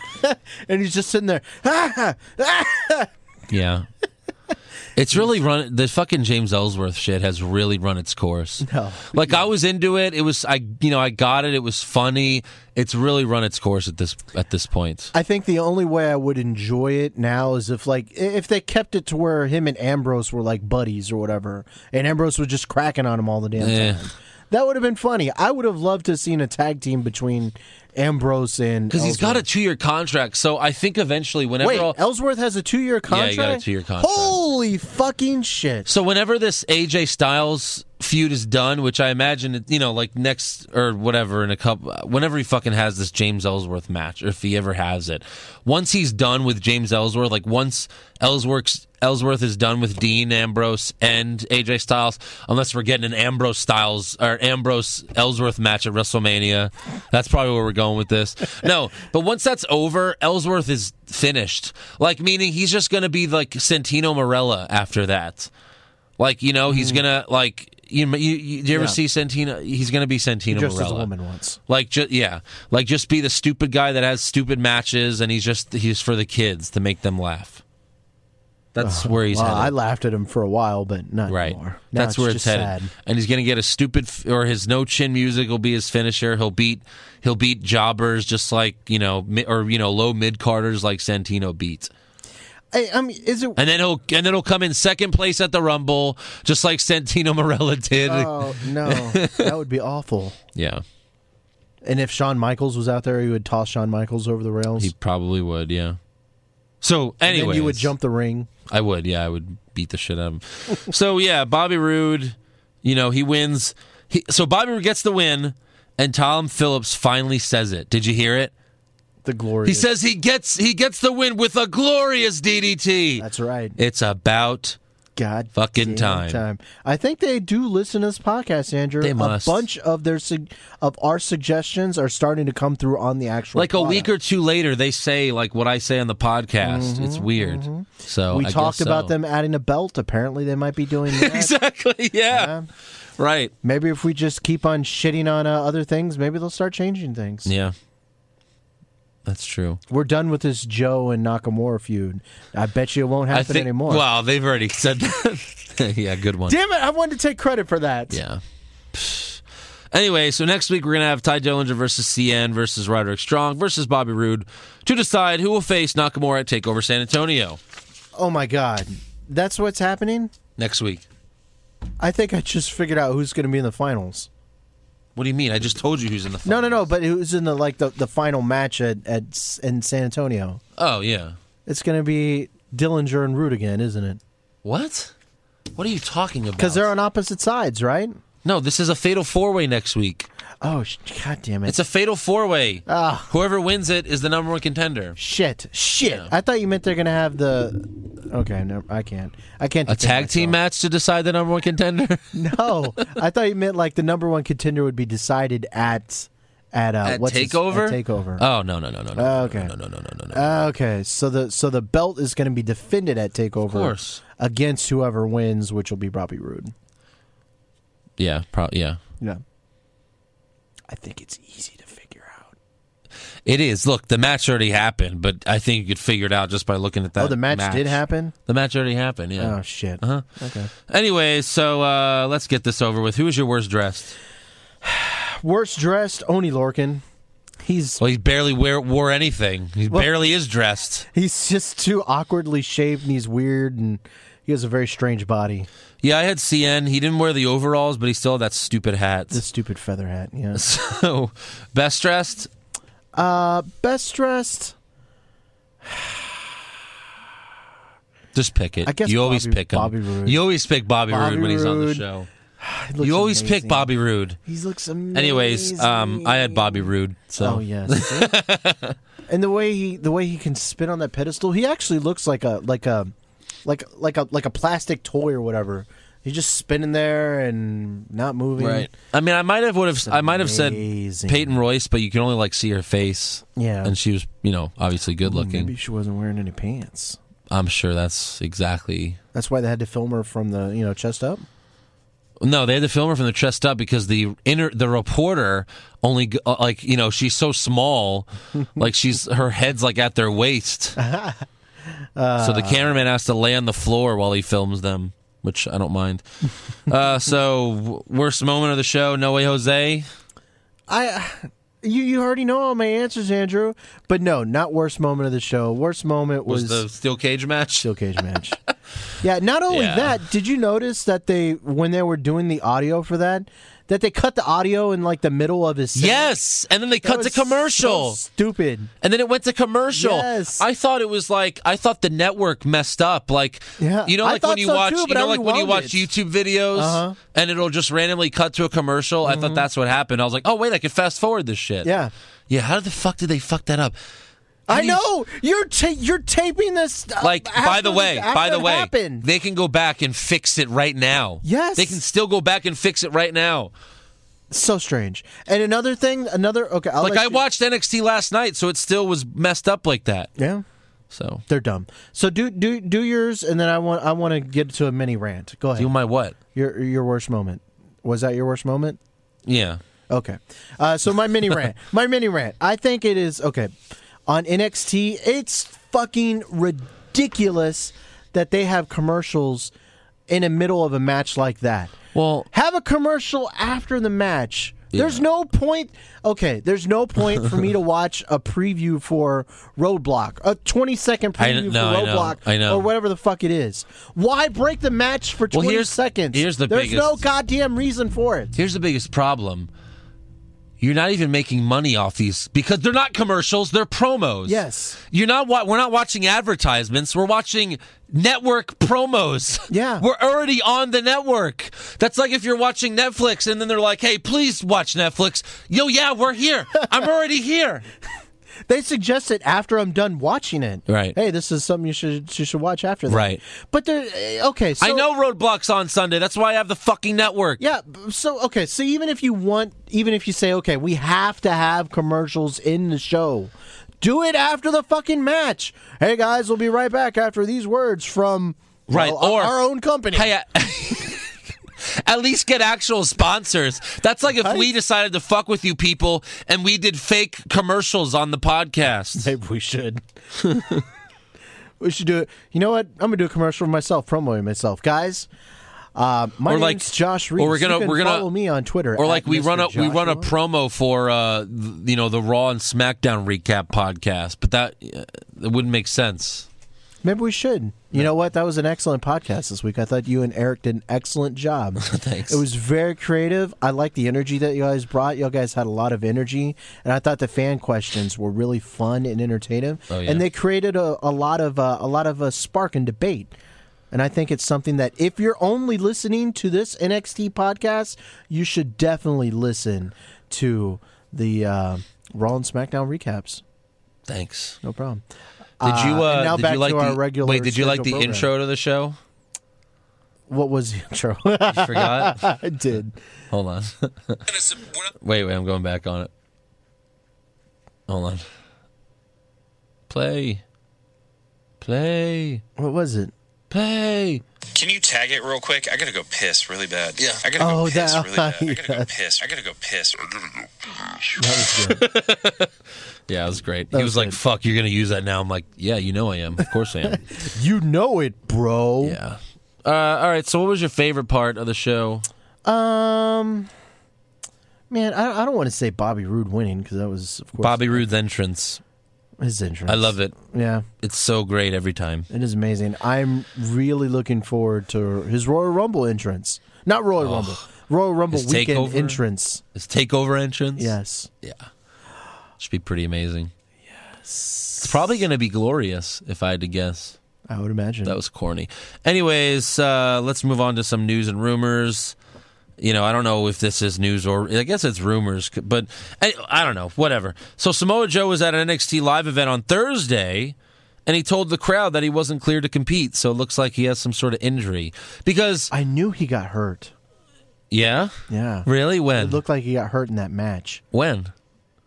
Speaker 3: and he's just sitting there. "Ah, ah, ah."
Speaker 2: Yeah. It's really run the fucking James Ellsworth shit has really run its course.
Speaker 3: No.
Speaker 2: Like I was into it. It was I you know, I got it. It was funny. It's really run its course at this at this point.
Speaker 3: I think the only way I would enjoy it now is if like i- if they kept it to where him and Ambrose were like buddies or whatever, and Ambrose was just cracking on him all the damn
Speaker 2: Yeah.
Speaker 3: time. That would have been funny. I would have loved to have seen a tag team between Ambrose and
Speaker 2: Because he's got a
Speaker 3: Ellsworth.
Speaker 2: two year contract, so I think eventually whenever
Speaker 3: Wait,
Speaker 2: all-
Speaker 3: Ellsworth has a two-year
Speaker 2: Yeah,
Speaker 3: contract.
Speaker 2: he got a two-year contract.
Speaker 3: Holy fucking shit!
Speaker 2: So whenever this AJ Styles feud is done, which I imagine it- you know, like next or whatever in a couple, whenever he fucking has this James Ellsworth match, or if he ever has it, once he's done with James Ellsworth, like once Ellsworth's Ellsworth is done with Dean Ambrose and AJ Styles, unless we're getting an Ambrose Styles or Ambrose Ellsworth match at WrestleMania, that's probably where we're going with this. No, but once that's over, Ellsworth is finished. Like meaning he's just gonna be like Santino Morella after that. Like you know, he's gonna like you. you, you do you ever
Speaker 3: Mm.
Speaker 2: see
Speaker 3: Yeah.
Speaker 2: Santino? He's gonna be Santino
Speaker 3: Just as a
Speaker 2: Marella.
Speaker 3: woman once.
Speaker 2: Like just yeah, like just be the stupid guy that has stupid matches, and he's just he's for the kids to make them laugh. That's where he's
Speaker 3: Well, I
Speaker 2: headed.
Speaker 3: laughed at him for a while, but not
Speaker 2: right,
Speaker 3: anymore. Now
Speaker 2: that's where it's
Speaker 3: just
Speaker 2: headed.
Speaker 3: sad.
Speaker 2: And he's gonna get a stupid f- or his no chin music will be his finisher. He'll beat he'll beat jobbers just like you know mi- or you know low mid carders like Santino beats.
Speaker 3: I, I mean, is it?
Speaker 2: And then he'll and then he'll come in second place at the Rumble, just like Santino Morella did.
Speaker 3: Oh no, that would be awful.
Speaker 2: yeah.
Speaker 3: And if Shawn Michaels was out there, he would toss Shawn Michaels over the rails.
Speaker 2: He probably would, yeah. So
Speaker 3: and
Speaker 2: anyway,
Speaker 3: you would jump the ring.
Speaker 2: I would, yeah, I would beat the shit out of him. so yeah, Bobby Roode, you know, he wins. He, so Bobby Roode gets the win, and Tom Phillips finally says it. Did you hear it?
Speaker 3: The glory.
Speaker 2: He says he gets he gets the win with a glorious DDT.
Speaker 3: "That's right,
Speaker 2: It's about
Speaker 3: God,
Speaker 2: Fucking
Speaker 3: damn
Speaker 2: time.
Speaker 3: I think they do listen to this podcast, Andrew.
Speaker 2: They
Speaker 3: A
Speaker 2: must.
Speaker 3: bunch of their sug- of our suggestions are starting to come through on the actual.
Speaker 2: like a
Speaker 3: product.
Speaker 2: week or two later. They say like what I say on the podcast. it's weird. So
Speaker 3: Mm-hmm, We
Speaker 2: I guess
Speaker 3: talked about
Speaker 2: so.
Speaker 3: them adding a belt. Apparently, they might be doing that.
Speaker 2: exactly. Yeah. Right.
Speaker 3: Maybe if we just keep on shitting on uh, other things, maybe they'll start changing things.
Speaker 2: Yeah. That's true.
Speaker 3: We're done with this Joe and Nakamura feud. I bet you it won't happen anymore.
Speaker 2: Wow, they've already said that. yeah, good one.
Speaker 3: Damn it! I wanted to take credit for that.
Speaker 2: Yeah. Psh. Anyway, so next week we're gonna have Ty Dillinger versus CN versus Roderick Strong versus Bobby Roode to decide who will face Nakamura at Takeover San Antonio
Speaker 3: Oh my god, that's what's happening.
Speaker 2: next week.
Speaker 3: I think I just figured out who's going to be in the finals.
Speaker 2: What do you mean? I just told you who's in the.
Speaker 3: No, no,
Speaker 2: finals.
Speaker 3: no. But who's in the like the, the final match at, at S- in San Antonio?
Speaker 2: Oh yeah.
Speaker 3: It's going to be Dillinger and Root again, isn't it?
Speaker 2: What? What are you talking about?
Speaker 3: Because they're on opposite sides, right?
Speaker 2: no, this is a fatal four way next week.
Speaker 3: Oh, sh- god damn it.
Speaker 2: It's a fatal four way.
Speaker 3: Ah.
Speaker 2: Whoever wins it is the number one contender.
Speaker 3: shit. Shit.
Speaker 2: Yeah.
Speaker 3: I thought you meant they're going to have the. Okay, no, I can't. I can't.
Speaker 2: A
Speaker 3: defend
Speaker 2: tag team
Speaker 3: myself.
Speaker 2: match to decide the number one contender.
Speaker 3: No, I thought you meant like the number one contender would be decided at. At, uh,
Speaker 2: At
Speaker 3: what's his-
Speaker 2: takeover.
Speaker 3: at takeover.
Speaker 2: Oh no no no no no.
Speaker 3: Oh,
Speaker 2: no,
Speaker 3: okay.
Speaker 2: No no no no no. no.
Speaker 3: Ah, Okay, so the so the belt is going to be defended at Takeover, of
Speaker 2: course.
Speaker 3: against whoever wins, which will be Bobby Roode.
Speaker 2: yeah. Pro- yeah.
Speaker 3: Yeah, I think it's easy to figure out.
Speaker 2: It is. Look, the match already happened, but I think you could figure it out just by looking at that.
Speaker 3: oh, the match, did happen.
Speaker 2: The match already happened. Yeah.
Speaker 3: Oh shit.
Speaker 2: Uh-huh.
Speaker 3: Okay.
Speaker 2: Anyway, so uh, let's get this over with. Who is your worst dressed?
Speaker 3: Worst dressed Oni Lorkin. He's
Speaker 2: Well, he barely wear, wore anything. He barely is dressed.
Speaker 3: he's just too awkwardly shaped, and he's weird, and he has a very strange body.
Speaker 2: Yeah, I had CN. He didn't wear the overalls, but he still had that stupid hat.
Speaker 3: The stupid feather hat. Yeah.
Speaker 2: So, best dressed?
Speaker 3: Uh, best dressed.
Speaker 2: Just pick it.
Speaker 3: I guess
Speaker 2: you always
Speaker 3: Bobby-
Speaker 2: pick him.
Speaker 3: Bobby Roode.
Speaker 2: You always pick Bobby,
Speaker 3: Bobby
Speaker 2: Roode when he's on the
Speaker 3: Roode.
Speaker 2: show.
Speaker 3: He looks
Speaker 2: You always pick
Speaker 3: amazing.
Speaker 2: Bobby Roode.
Speaker 3: He looks amazing.
Speaker 2: Anyways, um, I had Bobby Roode. So
Speaker 3: Oh yes. See? and the way he the way he can spin on that pedestal, he actually looks like a like a like like a like a plastic toy or whatever. He's just spinning there and not moving.
Speaker 2: Right. I mean, I might have would have. I might have said
Speaker 3: amazing.
Speaker 2: Peyton Royce, but you can only like see her face.
Speaker 3: Yeah. Mm,
Speaker 2: and she was, you know, obviously good looking.
Speaker 3: Maybe she wasn't wearing any pants.
Speaker 2: I'm sure that's exactly.
Speaker 3: That's why they had to film her from the you know chest up.
Speaker 2: No, they had to film her from the chest up because the inner the reporter only g- uh, like you know she's so small, like she's her head's like at their waist.
Speaker 3: Uh,
Speaker 2: so the cameraman has to lay on the floor while he films them, which I don't mind. uh, so w- worst moment of the show, No Way Jose.
Speaker 3: I. You, you already know all my answers, Andrew. But no, not worst moment of the show. Worst moment was,
Speaker 2: Was the steel cage match?
Speaker 3: steel cage match. yeah, not only
Speaker 2: Yeah.
Speaker 3: that, did you notice that they when they were doing the audio for that, that they cut the audio in like the middle of his segment?
Speaker 2: Yes, and then they
Speaker 3: That
Speaker 2: cut to
Speaker 3: was so
Speaker 2: commercial.
Speaker 3: stupid.
Speaker 2: And then it went to commercial.
Speaker 3: Yes.
Speaker 2: I thought it was like I thought the network messed up. Like
Speaker 3: Yeah.
Speaker 2: you know,
Speaker 3: I
Speaker 2: like when
Speaker 3: thought
Speaker 2: you
Speaker 3: so
Speaker 2: watch
Speaker 3: too,
Speaker 2: you
Speaker 3: but I
Speaker 2: know, like when you
Speaker 3: rewound
Speaker 2: watch
Speaker 3: it.
Speaker 2: YouTube videos
Speaker 3: Uh-huh. Mm-hmm.
Speaker 2: and it'll just randomly cut to a commercial. I thought that's what happened. I was like, oh wait, I could fast forward this shit.
Speaker 3: Yeah.
Speaker 2: yeah. How the fuck did they fuck that up? How
Speaker 3: I
Speaker 2: do you-
Speaker 3: know you're ta- you're taping this. uh,
Speaker 2: Like, by
Speaker 3: after
Speaker 2: the
Speaker 3: it-
Speaker 2: way,
Speaker 3: after
Speaker 2: by the
Speaker 3: it
Speaker 2: way,
Speaker 3: happened.
Speaker 2: they can go back and fix it right now.
Speaker 3: Yes.
Speaker 2: they can still go back and fix it right now.
Speaker 3: so strange. And another thing, another okay, I'll
Speaker 2: Like
Speaker 3: let
Speaker 2: I
Speaker 3: you-
Speaker 2: watched NXT last night, so it still was messed up like that.
Speaker 3: Yeah,
Speaker 2: So
Speaker 3: they're dumb. So do do do yours, and then I want I want to get to a mini rant. Go ahead.
Speaker 2: do my what?
Speaker 3: your your worst moment was that your worst moment?
Speaker 2: Yeah.
Speaker 3: Okay. Uh, so my mini rant. My mini rant. I think it is okay. On NXT, it's fucking ridiculous that they have commercials in the middle of a match like that.
Speaker 2: Well,
Speaker 3: Have a commercial after the match. There's no point. Okay, there's no point for me to watch a preview for Roadblock, a 20 second
Speaker 2: I kn-
Speaker 3: preview
Speaker 2: no,
Speaker 3: for
Speaker 2: I know,
Speaker 3: Roadblock,
Speaker 2: I know.
Speaker 3: or whatever the fuck it is. Why break the match for 20
Speaker 2: here's-
Speaker 3: seconds?
Speaker 2: here's the
Speaker 3: there's no
Speaker 2: biggest-
Speaker 3: goddamn reason for it.
Speaker 2: Here's the biggest problem. You're not even making money off these because they're not commercials, they're promos.
Speaker 3: Yes.
Speaker 2: You're not wa- we're not watching advertisements, we're watching network promos.
Speaker 3: Yeah.
Speaker 2: We're already on the network. That's like if you're watching Netflix and then they're like, "Hey, please watch Netflix." Yo, yeah, we're here. I'm already here.
Speaker 3: They suggest it after I'm done watching it.
Speaker 2: Right.
Speaker 3: Hey, this is something you should you should watch after that.
Speaker 2: Right.
Speaker 3: But there. eh, Okay. So,
Speaker 2: I know Roadblock's on Sunday. That's why I have the fucking network.
Speaker 3: Yeah. b- So okay. So even if you want, even if you say, okay, we have to have commercials in the show, do it after the fucking match. Hey guys, we'll be right back after these words from you
Speaker 2: Right,
Speaker 3: know, our-
Speaker 2: or-
Speaker 3: our own company.
Speaker 2: Hey, I- at least get actual sponsors. That's like if
Speaker 3: Right?
Speaker 2: we decided to fuck with you people and we did fake commercials on the podcast.
Speaker 3: Maybe we should. we should do it. You know what? I'm gonna do a commercial for myself, promoting myself, guys. Uh,
Speaker 2: Or
Speaker 3: my name's
Speaker 2: like-
Speaker 3: Josh
Speaker 2: or
Speaker 3: Reese.
Speaker 2: we're gonna-
Speaker 3: you can
Speaker 2: we're gonna-
Speaker 3: follow me on Twitter,
Speaker 2: Or
Speaker 3: at
Speaker 2: like we run a
Speaker 3: Mr.
Speaker 2: we run a
Speaker 3: Joshua.
Speaker 2: promo for uh th- you know the Raw and SmackDown recap podcast, but that uh, it wouldn't make sense.
Speaker 3: Maybe we should. You know what? That was an excellent podcast this week. I thought you and Eric did an excellent job.
Speaker 2: Thanks.
Speaker 3: It was very creative. I like the energy that you guys brought. You guys had a lot of energy, and I thought the fan questions were really fun and entertaining.
Speaker 2: Oh, yeah.
Speaker 3: And they created a, a lot of uh, a lot of uh, spark and debate. And I think it's something that if you're only listening to this NXT podcast, you should definitely listen to the uh, Raw and SmackDown recaps.
Speaker 2: Thanks.
Speaker 3: No problem.
Speaker 2: Did you? Uh,
Speaker 3: and now
Speaker 2: did
Speaker 3: back
Speaker 2: you like
Speaker 3: to our
Speaker 2: the,
Speaker 3: regular
Speaker 2: Wait, did you like the
Speaker 3: scheduled program.
Speaker 2: intro to the show?
Speaker 3: What was the intro?
Speaker 2: You forgot.
Speaker 3: I did.
Speaker 2: Hold on. wait, wait. I'm going back on it. Hold on. Play. Play.
Speaker 3: What was it?
Speaker 2: Play.
Speaker 4: Can you tag it real quick? I gotta go piss really bad. Yeah. I gotta
Speaker 3: Oh,
Speaker 4: go piss
Speaker 3: that-
Speaker 4: really bad. I gotta
Speaker 3: yeah.
Speaker 4: go piss. I gotta go piss. I gotta go piss.
Speaker 3: That was good.
Speaker 2: Yeah, it was great.
Speaker 3: That
Speaker 2: he was
Speaker 3: was
Speaker 2: like,
Speaker 3: good.
Speaker 2: "Fuck, you're gonna use that now." I'm like, "Yeah, you know I am. Of course I am."
Speaker 3: you know it, bro.
Speaker 2: yeah. Uh, all right. So, what was your favorite part of the show?
Speaker 3: Um, man, I, I don't want to say Bobby Roode winning because that was of course
Speaker 2: Bobby Roode's entrance.
Speaker 3: his entrance.
Speaker 2: I love it.
Speaker 3: Yeah,
Speaker 2: It's so great every time.
Speaker 3: it is amazing. I'm really looking forward to his Royal Rumble entrance. Not Royal Rumble. Royal Rumble
Speaker 2: Oh. His
Speaker 3: weekend
Speaker 2: takeover?
Speaker 3: entrance.
Speaker 2: His takeover entrance.
Speaker 3: Yes.
Speaker 2: Yeah. Should be pretty amazing. Yes. It's probably going to be glorious if I had to guess.
Speaker 3: I would imagine.
Speaker 2: That was corny. Anyways, uh, let's move on to some news and rumors. You know, I don't know if this is news or I guess it's rumors, c- but I, I don't know. Whatever. So Samoa Joe was at an NXT live event on Thursday, and he told the crowd that he wasn't clear to compete. So it looks like he has some sort of injury. Because
Speaker 3: I knew he got hurt.
Speaker 2: yeah,
Speaker 3: Yeah.
Speaker 2: really, when
Speaker 3: It looked like he got hurt in that match.
Speaker 2: when,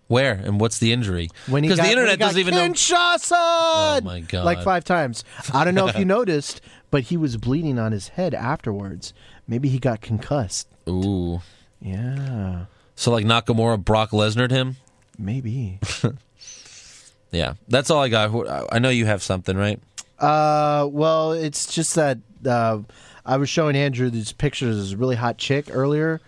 Speaker 2: where, and what's the injury?
Speaker 3: When he
Speaker 2: Because
Speaker 3: got,
Speaker 2: the
Speaker 3: when
Speaker 2: internet
Speaker 3: he got
Speaker 2: doesn't even know.
Speaker 3: Kinshasa!
Speaker 2: Oh my God.
Speaker 3: Like five times. I don't know if you noticed, but he was bleeding on his head afterwards. Maybe he got concussed.
Speaker 2: Ooh.
Speaker 3: Yeah,
Speaker 2: So like Nakamura, Brock Lesnar, him.
Speaker 3: maybe.
Speaker 2: Yeah, that's all I got. Who- I- I know you have something, right?
Speaker 3: uh, well, it's just that uh, I was showing Andrew these pictures of this really hot chick earlier,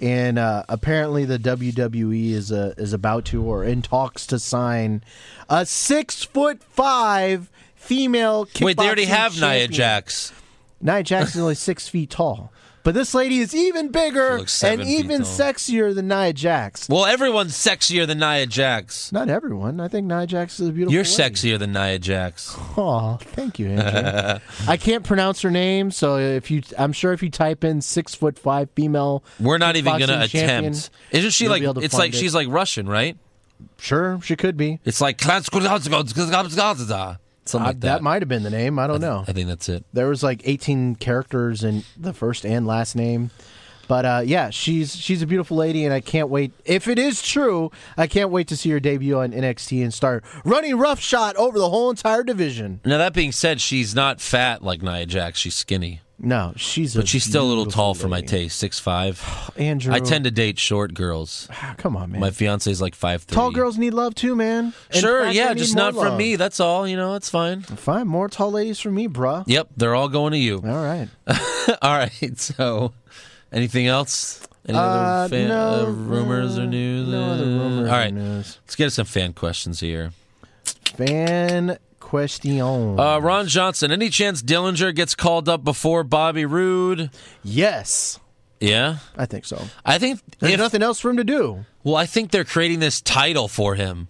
Speaker 3: and uh, apparently the WWE is uh, is about to or in talks to sign a six foot five female.
Speaker 2: Wait, they already
Speaker 3: kickboxing
Speaker 2: have Nia
Speaker 3: champion.
Speaker 2: Jax.
Speaker 3: Nia Jax is only six feet tall. But this lady is even
Speaker 2: She
Speaker 3: bigger
Speaker 2: looks
Speaker 3: and
Speaker 2: seven feet
Speaker 3: even
Speaker 2: tall.
Speaker 3: sexier than Nia Jax.
Speaker 2: Well, everyone's sexier than Nia Jax.
Speaker 3: Not everyone. I think Nia Jax is a beautiful.
Speaker 2: You're
Speaker 3: lady.
Speaker 2: sexier than Nia Jax.
Speaker 3: Oh, thank you, Andrew. I can't pronounce her name, so if you, I'm sure if you type in six foot five female,
Speaker 2: We're not even going to
Speaker 3: Kickboxing
Speaker 2: attempt.
Speaker 3: champion.
Speaker 2: Isn't she
Speaker 3: You'll
Speaker 2: like?
Speaker 3: be able to
Speaker 2: It's
Speaker 3: find
Speaker 2: like
Speaker 3: it.
Speaker 2: she's like Russian, right?
Speaker 3: sure she could be.
Speaker 2: It's like something
Speaker 3: Uh,
Speaker 2: like
Speaker 3: that
Speaker 2: that.
Speaker 3: might have been the name. I don't know.
Speaker 2: I think that's it.
Speaker 3: There was like 18 characters in the first and last name. But uh, yeah, she's she's a beautiful lady, and I can't wait. If it is true, I can't wait to see her debut on NXT and start running roughshod over the whole entire division.
Speaker 2: Now that being said, she's not fat like Nia Jax. She's skinny,
Speaker 3: No, she's
Speaker 2: but she's still a little tall for my taste. Six five.
Speaker 3: Andrew,
Speaker 2: I tend to date short girls.
Speaker 3: to come on, man.
Speaker 2: My fiance's like five three.
Speaker 3: tall girls need love too, man. In
Speaker 2: Sure,
Speaker 3: fact, they
Speaker 2: yeah,
Speaker 3: need
Speaker 2: just
Speaker 3: more
Speaker 2: not
Speaker 3: love.
Speaker 2: from me. That's all. You know, it's fine.
Speaker 3: Fine, more tall ladies for me, bruh.
Speaker 2: Yep, they're all going to you.
Speaker 3: All right.
Speaker 2: Uh, All right. So, anything else? Any
Speaker 3: Uh,
Speaker 2: other fan,
Speaker 3: no,
Speaker 2: uh, rumors or
Speaker 3: uh,
Speaker 2: news?
Speaker 3: No other
Speaker 2: Uh,
Speaker 3: rumors.
Speaker 2: All right.
Speaker 3: or news.
Speaker 2: Let's get some fan questions here.
Speaker 3: Fan question.
Speaker 2: Uh, Ron Johnson. Any chance Dillinger gets called up before Bobby Roode?
Speaker 3: yes,
Speaker 2: Yeah,
Speaker 3: I think so.
Speaker 2: I think.
Speaker 3: There's
Speaker 2: if-
Speaker 3: nothing else for him to do.
Speaker 2: well, I think they're creating this title for him.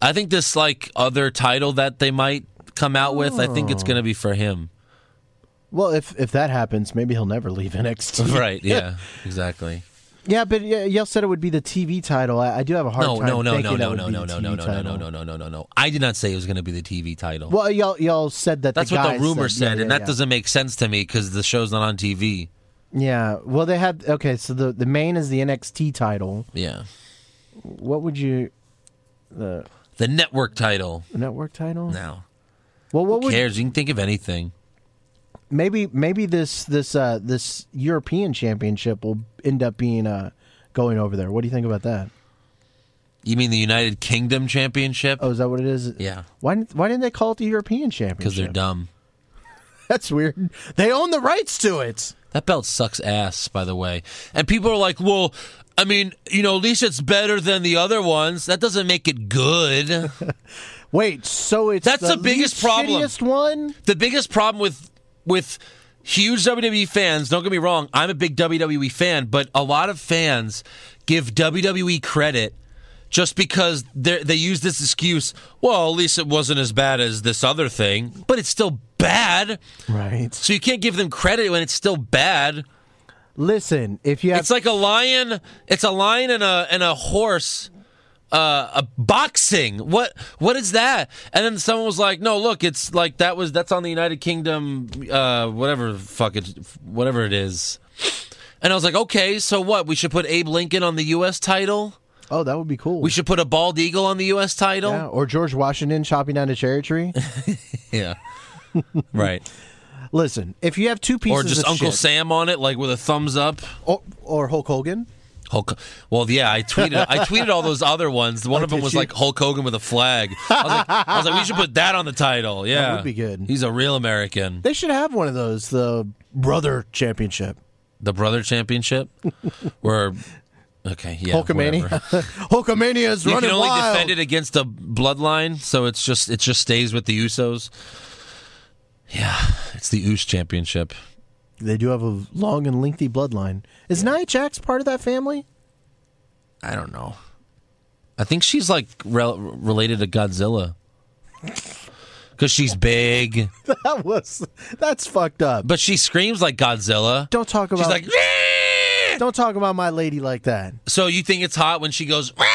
Speaker 2: I think this like other title that they might come out with. I think
Speaker 3: Oh.
Speaker 2: it's going to be for him.
Speaker 3: Well, if if that happens, maybe he'll never leave NXT.
Speaker 2: Right. Yeah. exactly.
Speaker 3: Yeah, but y- y'all said it would be the TV title. I, I do have a hard
Speaker 2: No,
Speaker 3: time
Speaker 2: no, no,
Speaker 3: thinking
Speaker 2: no,
Speaker 3: that
Speaker 2: no,
Speaker 3: would
Speaker 2: no,
Speaker 3: be
Speaker 2: no,
Speaker 3: the
Speaker 2: no,
Speaker 3: TV
Speaker 2: no, no, no,
Speaker 3: title.
Speaker 2: no, no, no, no, no, no. I did not say it was going to be the TV title.
Speaker 3: Well, y'all y'all said that.
Speaker 2: That's
Speaker 3: the
Speaker 2: what
Speaker 3: guys
Speaker 2: the rumor said,
Speaker 3: yeah,
Speaker 2: and
Speaker 3: yeah,
Speaker 2: that doesn't make sense to me because the show's not on TV.
Speaker 3: Yeah. Well, they had okay. So the the main is the NXT title.
Speaker 2: Yeah.
Speaker 3: What would you the
Speaker 2: The network title
Speaker 3: network title?
Speaker 2: now.
Speaker 3: Well, what
Speaker 2: Who
Speaker 3: would
Speaker 2: cares? You can think of anything.
Speaker 3: maybe maybe this this uh this European Championship will end up being uh going over there. What do you think about that?
Speaker 2: You mean the United Kingdom Championship?
Speaker 3: Oh, is that what it is?
Speaker 2: Yeah.
Speaker 3: Why didn't why didn't they call it the European Championship?
Speaker 2: Because they're dumb.
Speaker 3: That's weird. They own the rights to it.
Speaker 2: That belt sucks ass, by the way. And people are like, well, I mean, you know, at least it's better than the other ones. That doesn't make it good.
Speaker 3: Wait, so it's
Speaker 2: That's the
Speaker 3: least
Speaker 2: biggest problem.
Speaker 3: shittiest one.
Speaker 2: the biggest problem with with huge WWE fans, don't get me wrong, I'm a big WWE fan, but a lot of fans give WWE credit just because they they use this excuse, well, at least it wasn't as bad as this other thing, but it's still bad.
Speaker 3: Right.
Speaker 2: So you can't give them credit when it's still bad.
Speaker 3: Listen, if you have
Speaker 2: It's like a lion. It's a lion and a and a horse. Uh, a boxing. What what is that? And then someone was like, "No, look, it's like that was that's on the United Kingdom, uh, whatever fuck it, whatever it is." And I was like, "Okay, so what? We should put Abe Lincoln on the U.S. title.
Speaker 3: oh, that would be cool.
Speaker 2: We should put a bald eagle on the U.S. title.
Speaker 3: yeah, or George Washington chopping down a cherry tree.
Speaker 2: Yeah, right.
Speaker 3: Listen, if you have two pieces
Speaker 2: Or just
Speaker 3: of
Speaker 2: Uncle
Speaker 3: shit,
Speaker 2: Sam on it, like with a thumbs up."
Speaker 3: or, or Hulk Hogan,
Speaker 2: Hulk. Well, yeah, I tweeted. I tweeted all those other ones. One of them
Speaker 3: Oh, did
Speaker 2: was
Speaker 3: you?
Speaker 2: like Hulk Hogan with a flag. I was, like, I was like, we should put that on the title. Yeah,
Speaker 3: would be good.
Speaker 2: He's a real American.
Speaker 3: they should have one of those. The brother championship,
Speaker 2: The Brother Championship, where okay, yeah,
Speaker 3: Hulkamania.
Speaker 2: whatever.
Speaker 3: Hulkamania is
Speaker 2: You
Speaker 3: running
Speaker 2: can only
Speaker 3: wild.
Speaker 2: defend it against the bloodline, so it's just it just stays with the Usos. Yeah, it's the Us Championship.
Speaker 3: They do have a long and lengthy bloodline. Is Nia Jax part of that family?
Speaker 2: I don't know. I think she's like rel related to Godzilla because she's big.
Speaker 3: That was that's fucked up.
Speaker 2: But she screams like Godzilla.
Speaker 3: Don't talk about
Speaker 2: She's like, "Rah!"
Speaker 3: don't talk about my lady like that.
Speaker 2: so you think it's hot when she goes, "Rah!"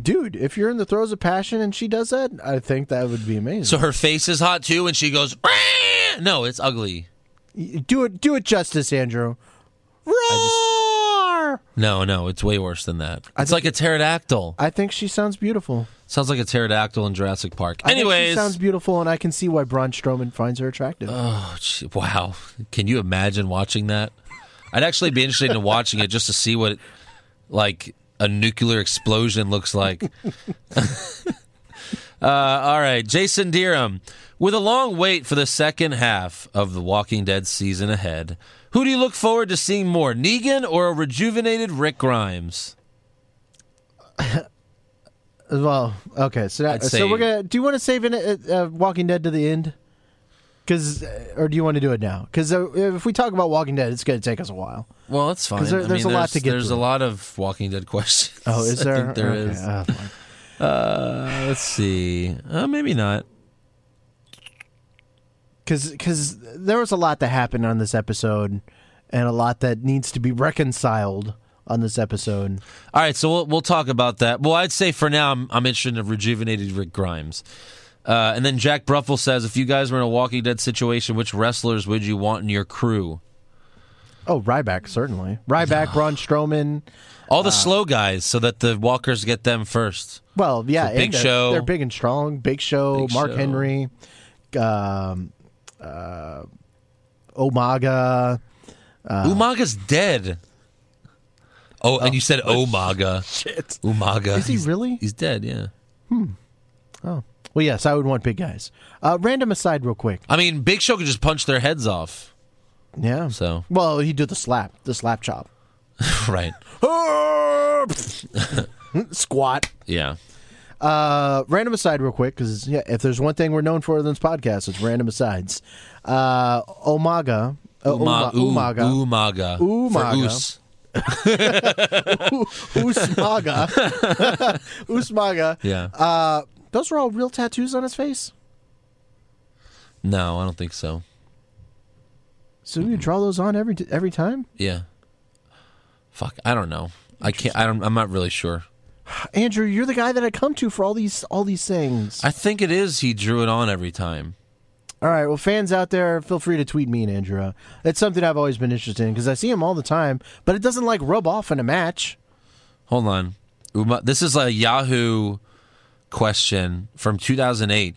Speaker 3: Dude, if you're in the throes of passion and she does that, I think that would be amazing.
Speaker 2: so her face is hot too when she goes, "Rah!" no, it's ugly.
Speaker 3: do it do it justice, Andrew. Roar! I,
Speaker 2: No, no, it's way worse than that. It's like a pterodactyl.
Speaker 3: think she sounds beautiful.
Speaker 2: Sounds like a pterodactyl in Jurassic Park.
Speaker 3: I think
Speaker 2: Anyways,
Speaker 3: she sounds beautiful and I can see why Braun Strowman finds her attractive.
Speaker 2: oh, gee, wow, can you imagine watching that? I'd actually be interested in watching it just to see what, like, a nuclear explosion looks like. Uh, All right, Jason Deerham. With a long wait for the second half of The Walking Dead season ahead, who do you look forward to seeing more, Negan or a rejuvenated Rick Grimes?
Speaker 3: well, okay, so that,
Speaker 2: I'd
Speaker 3: so
Speaker 2: say-
Speaker 3: we're going to do you want to save in uh, uh, Walking Dead to the end? Cuz or do you want to do it now? Cuz uh, if we talk about Walking Dead, it's going to take us a while.
Speaker 2: Well, that's fine.
Speaker 3: 'Cause there-
Speaker 2: I
Speaker 3: there's
Speaker 2: mean,
Speaker 3: a lot to get
Speaker 2: There's
Speaker 3: through.
Speaker 2: a lot of Walking Dead questions.
Speaker 3: Oh, is there?
Speaker 2: I think there
Speaker 3: Okay,
Speaker 2: is.
Speaker 3: oh, fuck.
Speaker 2: Uh, let's see. Uh, maybe not.
Speaker 3: because because there was a lot that happened on this episode, and a lot that needs to be reconciled on this episode.
Speaker 2: All right, so we'll we'll talk about that. Well, I'd say for now I'm, I'm interested in a rejuvenated Rick Grimes. Uh, and then Jack Bruffel says, if you guys were in a Walking Dead situation, which wrestlers would you want in your crew?
Speaker 3: Oh, Ryback certainly. Ryback, Braun Strowman.
Speaker 2: All the
Speaker 3: Uh,
Speaker 2: slow guys, so that the walkers get them first.
Speaker 3: Well, yeah,
Speaker 2: So Big
Speaker 3: and they're,
Speaker 2: Show.
Speaker 3: They're big and strong. Big Show,
Speaker 2: Big
Speaker 3: Mark
Speaker 2: Show.
Speaker 3: Henry, um, uh, Omaga. uh,
Speaker 2: Umaga's dead. Oh, and you said Omaga.
Speaker 3: Shit.
Speaker 2: Umaga.
Speaker 3: Is he
Speaker 2: He's-
Speaker 3: really?
Speaker 2: He's dead, yeah.
Speaker 3: Oh, well, yes, I would want big guys. Uh, random aside, real quick.
Speaker 2: I mean, Big Show could just punch their heads off.
Speaker 3: Yeah.
Speaker 2: So,
Speaker 3: Well, he did the slap, the slap chop.
Speaker 2: right.
Speaker 3: Squat.
Speaker 2: Yeah.
Speaker 3: Uh, random aside, real quick, because yeah, if there's one thing we're known for in this podcast, it's random asides. Uh, Omaga, uh,
Speaker 2: Uma-
Speaker 3: Uma,
Speaker 2: Umaga.
Speaker 3: Umaga, Umaga.
Speaker 2: For Us.
Speaker 3: Usmaga, Usmaga.
Speaker 2: Yeah.
Speaker 3: Uh, those were all real tattoos on his face.
Speaker 2: no, I don't think so.
Speaker 3: So you draw those on every every time.
Speaker 2: Yeah. Fuck, I don't know. I can't. I don't. I'm not really sure.
Speaker 3: Andrew, you're the guy that I come to for all these all these things.
Speaker 2: I think it is. He drew it on every time.
Speaker 3: All right, well, fans out there, feel free to tweet me and Andrew. Uh, It's something I've always been interested in because I see him all the time, but it doesn't like rub off in a match.
Speaker 2: Hold on. Uma, this is a Yahoo question from 2008.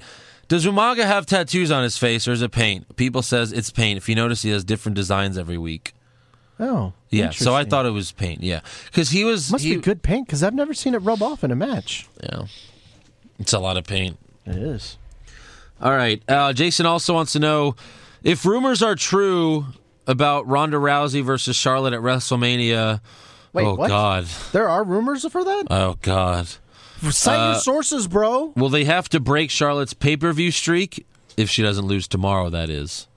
Speaker 2: Does Umaga have tattoos on his face or is it paint? People says it's paint. If you notice, he has different designs every week.
Speaker 3: Oh,
Speaker 2: Yeah, so I
Speaker 3: interesting.
Speaker 2: thought it was paint. Yeah, because he was.
Speaker 3: Must
Speaker 2: he-
Speaker 3: be good paint because I've never seen it rub off in a match.
Speaker 2: Yeah, it's a lot of paint.
Speaker 3: It is.
Speaker 2: All right. Uh, Jason also wants to know if rumors are true about Ronda Rousey versus Charlotte at WrestleMania.
Speaker 3: Wait,
Speaker 2: oh
Speaker 3: what?
Speaker 2: God.
Speaker 3: There are rumors for that.
Speaker 2: Oh God. Uh,
Speaker 3: Cite your sources, bro.
Speaker 2: Will they have to break Charlotte's pay per view streak if she doesn't lose tomorrow? That is.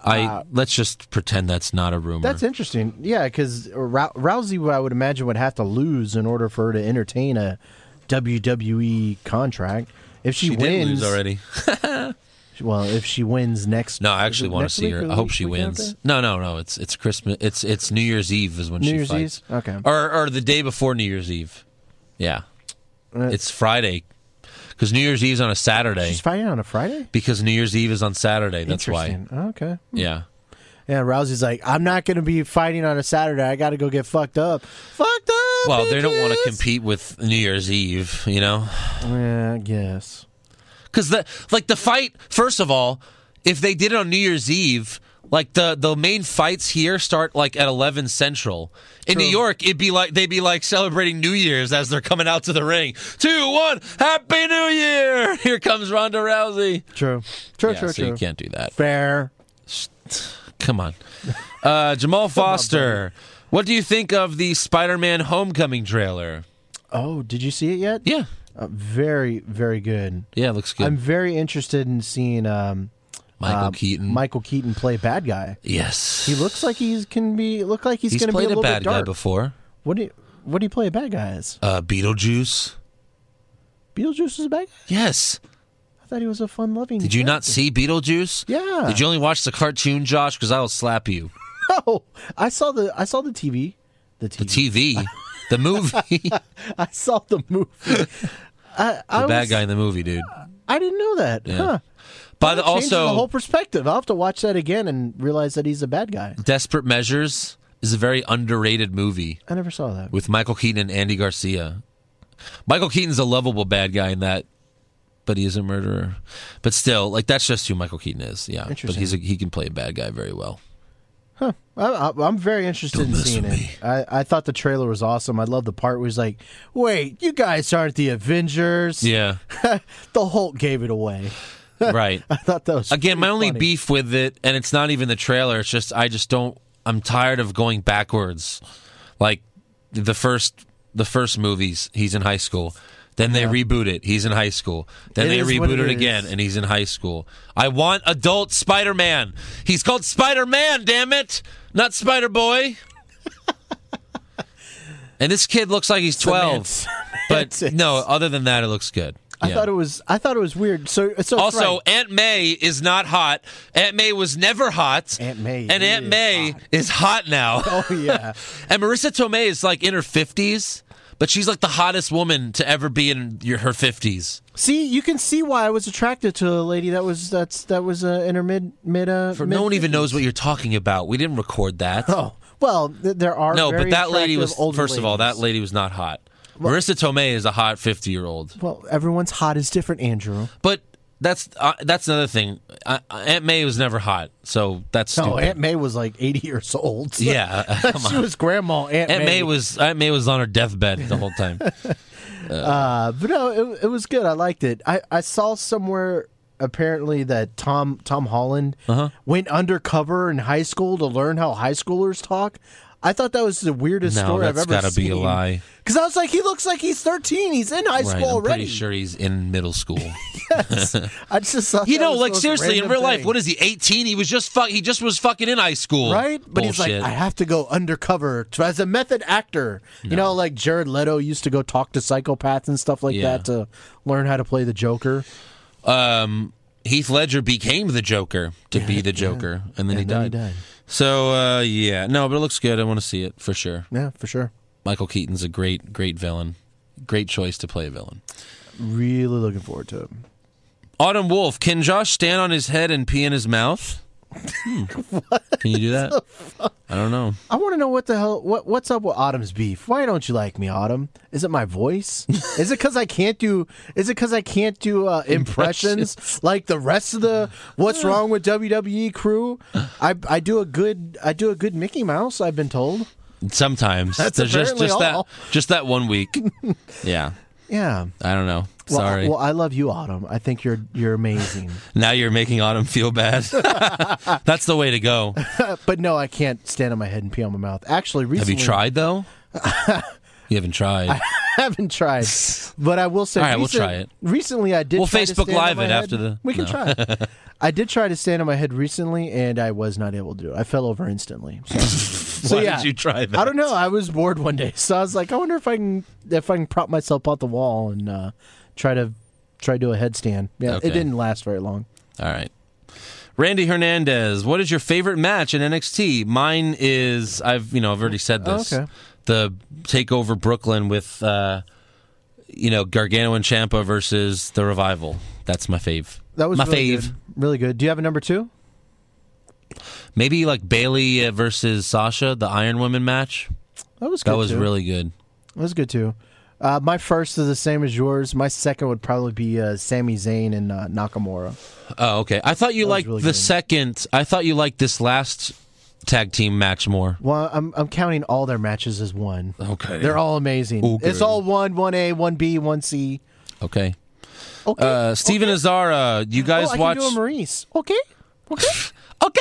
Speaker 2: I let's just pretend that's not a rumor.
Speaker 3: Uh, That's interesting. Yeah, because Rousey, I would imagine, would have to lose in order for her to entertain a WWE E contract. If she,
Speaker 2: She
Speaker 3: wins,
Speaker 2: did lose already.
Speaker 3: Well, if she wins next,
Speaker 2: No, I
Speaker 3: is
Speaker 2: actually
Speaker 3: it
Speaker 2: want to
Speaker 3: next
Speaker 2: see
Speaker 3: week or
Speaker 2: her.
Speaker 3: the
Speaker 2: I hope
Speaker 3: week-
Speaker 2: she
Speaker 3: week after?
Speaker 2: wins. No, no, no. It's it's Christmas. It's it's New Year's Eve is when
Speaker 3: New
Speaker 2: she
Speaker 3: Year's
Speaker 2: fights.
Speaker 3: Eve? Okay.
Speaker 2: Or or the day before New Year's Eve. Yeah. it's Friday. Because New Year's Eve is on a Saturday.
Speaker 3: She's fighting on a Friday.
Speaker 2: Because New Year's Eve is on Saturday. That's why.
Speaker 3: Interesting. Oh, okay.
Speaker 2: Yeah.
Speaker 3: Yeah, Rousey's like, I'm not going to be fighting on a Saturday. I got to go get fucked up. Fucked up.
Speaker 2: Well, they don't want to
Speaker 3: bitches!
Speaker 2: compete with New Year's Eve, you know?
Speaker 3: Yeah, I guess.
Speaker 2: Because the like the fight. First of all, if they did it on New Year's Eve, like the the main fights here start like at eleven central. In New York, it'd be like they'd be like celebrating New Year's as they're coming out to the ring. Two, one, Happy New Year! Here comes Ronda Rousey.
Speaker 3: True. True.
Speaker 2: yeah,
Speaker 3: true.
Speaker 2: so
Speaker 3: true.
Speaker 2: you can't do that.
Speaker 3: Fair.
Speaker 2: Come on, uh, Jamal Foster. What do you think of the Spider-Man Homecoming trailer?
Speaker 3: Oh, did you see it yet?
Speaker 2: Yeah,
Speaker 3: Uh, very, very good.
Speaker 2: yeah, it looks good.
Speaker 3: I'm very interested in seeing um,
Speaker 2: Michael
Speaker 3: uh,
Speaker 2: Keaton.
Speaker 3: Michael Keaton play bad guy.
Speaker 2: yes,
Speaker 3: He looks like he's can be look like he's,
Speaker 2: He's
Speaker 3: going to be
Speaker 2: played
Speaker 3: a
Speaker 2: a,
Speaker 3: little
Speaker 2: bad
Speaker 3: bit
Speaker 2: guy
Speaker 3: dark.
Speaker 2: before.
Speaker 3: What do you, what do you play a bad guy as?
Speaker 2: Uh, Beetlejuice.
Speaker 3: Beetlejuice is a bad guy.
Speaker 2: Yes.
Speaker 3: I thought he was a fun loving.
Speaker 2: Did you not see Beetlejuice?
Speaker 3: Yeah.
Speaker 2: Did you only watch the cartoon, Josh? Because I will slap you.
Speaker 3: No, I saw the I saw the TV, the TV.
Speaker 2: TV, the movie, the
Speaker 3: I saw the movie. I, I
Speaker 2: bad
Speaker 3: was-
Speaker 2: guy in the movie, dude.
Speaker 3: I didn't know that. Huh.
Speaker 2: By the
Speaker 3: That changes
Speaker 2: also,
Speaker 3: the whole perspective. I'll have to watch that again and realize that he's a bad guy.
Speaker 2: Desperate Measures is a very underrated movie
Speaker 3: I never saw that.
Speaker 2: with Michael Keaton and Andy Garcia. Michael Keaton's a lovable bad guy in that, but he is a murderer. But still, like that's just who Michael Keaton is. Yeah, but
Speaker 3: Interesting.
Speaker 2: he's a, he can play a bad guy very well.
Speaker 3: I, I, I'm very interested
Speaker 2: Don't
Speaker 3: in
Speaker 2: mess
Speaker 3: seeing
Speaker 2: with me.
Speaker 3: it. I, I thought the trailer was awesome. I love the part where he's like, "Wait, you guys aren't the Avengers."
Speaker 2: Yeah,
Speaker 3: the Hulk gave it away.
Speaker 2: right.
Speaker 3: I thought that was
Speaker 2: Again, my
Speaker 3: pretty
Speaker 2: only
Speaker 3: funny.
Speaker 2: beef with it, and it's not even the trailer. It's just I just don't. I'm tired of going backwards. Like the first, the first movies, he's in high school. Then they reboot it. He's in high school. Then
Speaker 3: It
Speaker 2: they
Speaker 3: is what
Speaker 2: reboot it,
Speaker 3: it
Speaker 2: again,
Speaker 3: is.
Speaker 2: and he's in high school. I want adult Spider Man. He's called Spider Man. Damn it, not Spider Boy. and this kid looks like he's twelve, but
Speaker 3: semantics.
Speaker 2: no. Other than that, it looks good.
Speaker 3: I
Speaker 2: Yeah.
Speaker 3: thought it was. I thought it was weird. So, so it's
Speaker 2: Also,
Speaker 3: right.
Speaker 2: Aunt May is not hot. Aunt May was never hot.
Speaker 3: Aunt May
Speaker 2: and Aunt
Speaker 3: is
Speaker 2: May is hot now.
Speaker 3: oh yeah,
Speaker 2: and Marissa Tomei is like in her fifties, but she's like the hottest woman to ever be in your, her fifties.
Speaker 3: See, you can see why I was attracted to a lady that was that's that was uh, in her mid mid uh.
Speaker 2: For no one even knows what you're talking about. We didn't record that.
Speaker 3: Oh well, th- there are
Speaker 2: no, but
Speaker 3: very
Speaker 2: that lady
Speaker 3: attractive
Speaker 2: was.
Speaker 3: older
Speaker 2: First of all, that
Speaker 3: ladies.
Speaker 2: lady was not hot. Marissa Tomei is a hot fifty-year-old.
Speaker 3: Well, everyone's hot is different, Andrew.
Speaker 2: But that's uh, that's another thing. Uh, Aunt May was never hot, so that's
Speaker 3: No,
Speaker 2: stupid.
Speaker 3: Aunt May was like eighty years old. So
Speaker 2: yeah, come
Speaker 3: she
Speaker 2: on.
Speaker 3: was grandma. Aunt,
Speaker 2: Aunt May was Aunt May was on her deathbed the whole time.
Speaker 3: Uh, but no, it, it was good. I liked it. I, I saw somewhere apparently that Tom Tom Holland
Speaker 2: Uh-huh.
Speaker 3: went undercover in high school to learn how high schoolers talk. I thought that was the weirdest
Speaker 2: No,
Speaker 3: story
Speaker 2: that's
Speaker 3: I've ever
Speaker 2: gotta
Speaker 3: seen.
Speaker 2: be a lie.
Speaker 3: Because I was like, he looks like he's thirteen. He's in high
Speaker 2: Right,
Speaker 3: school
Speaker 2: I'm
Speaker 3: already.
Speaker 2: pretty sure he's in middle school.
Speaker 3: I just thought
Speaker 2: you
Speaker 3: that
Speaker 2: know,
Speaker 3: was the
Speaker 2: like
Speaker 3: most
Speaker 2: seriously, in
Speaker 3: random
Speaker 2: real life,
Speaker 3: thing.
Speaker 2: what is he? 18? He was just fuck. He just was fucking in high school,
Speaker 3: right? But he's
Speaker 2: Bullshit.
Speaker 3: like, I have to go undercover to, as a method actor. You know, like Jared Leto used to go talk to psychopaths and stuff like
Speaker 2: Yeah.
Speaker 3: that to learn how to play the Joker.
Speaker 2: um, Heath Ledger became the Joker to be the Joker, and then, he,
Speaker 3: then he
Speaker 2: died.
Speaker 3: died.
Speaker 2: So uh, yeah, no, but it looks good. I want to see it for sure.
Speaker 3: Yeah, for sure.
Speaker 2: Michael Keaton's a great, great villain. Great choice to play a villain.
Speaker 3: Really looking forward to it.
Speaker 2: Autumn Wolf, can Josh stand on his head and pee in his mouth? Hmm. Can you do that? I don't know.
Speaker 3: I want to know what the hell what what's up with Autumn's beef? Why don't you like me, Autumn? Is it my voice? is it because I can't do? Is it because I can't do uh, impressions, like the rest of the What's Wrong with WWE crew? I I do a good I do a good Mickey Mouse. I've been told.
Speaker 2: Sometimes
Speaker 3: That's
Speaker 2: There's just
Speaker 3: apparently
Speaker 2: just
Speaker 3: all.
Speaker 2: that just that one week. yeah,
Speaker 3: Yeah.
Speaker 2: I don't know.
Speaker 3: Well,
Speaker 2: Sorry.
Speaker 3: I, well, I love you, Autumn. I think you're you're amazing.
Speaker 2: now you're making Autumn feel bad. That's the way to go.
Speaker 3: but no, I can't stand on my head and pee on my mouth. Actually,
Speaker 2: Have
Speaker 3: recently
Speaker 2: you tried though? You haven't tried.
Speaker 3: I haven't tried, but I will say.
Speaker 2: All right, we'll
Speaker 3: recent-
Speaker 2: try it.
Speaker 3: Recently, I did.
Speaker 2: We'll
Speaker 3: try to
Speaker 2: Facebook
Speaker 3: stand on
Speaker 2: Live
Speaker 3: my
Speaker 2: it
Speaker 3: head.
Speaker 2: after the-
Speaker 3: We can
Speaker 2: no.
Speaker 3: try. it. I did try to stand on my head recently, and I was not able to do it. I fell over instantly. So, so
Speaker 2: Why
Speaker 3: yeah,
Speaker 2: did you try that?
Speaker 3: I don't know. I was bored one day, so I was like, I wonder if I can if I can prop myself out the wall and uh, try to try to do a headstand. Yeah,
Speaker 2: Okay.
Speaker 3: it didn't last very long.
Speaker 2: All right. Randy Hernandez, what is your favorite match in NXT? Mine is I've you know I've already said this.
Speaker 3: okay.
Speaker 2: The takeover Brooklyn with uh, you know Gargano and Champa versus the Revival. That's my fave.
Speaker 3: That was
Speaker 2: my
Speaker 3: really
Speaker 2: fave.
Speaker 3: Good. Really good. Do you have a number two?
Speaker 2: Maybe like Bailey versus Sasha, the Iron Woman match.
Speaker 3: That was good
Speaker 2: That was
Speaker 3: too.
Speaker 2: really good.
Speaker 3: that was good too. Uh, my first is the same as yours. My second would probably be uh, Sami Zayn and uh, Nakamura.
Speaker 2: Oh, okay. I thought you
Speaker 3: was
Speaker 2: liked
Speaker 3: really
Speaker 2: the
Speaker 3: good.
Speaker 2: second. I thought you liked this last tag team match more.
Speaker 3: Well, I'm I'm counting all their matches as one.
Speaker 2: Okay.
Speaker 3: They're all amazing.
Speaker 2: Ooh,
Speaker 3: it's
Speaker 2: good.
Speaker 3: all one, one A, one B, one C.
Speaker 2: Okay.
Speaker 3: Okay.
Speaker 2: Uh, Steven Azara, you guys
Speaker 3: oh, I
Speaker 2: watch.
Speaker 3: can do a Maurice. Okay. Okay.
Speaker 2: Okay.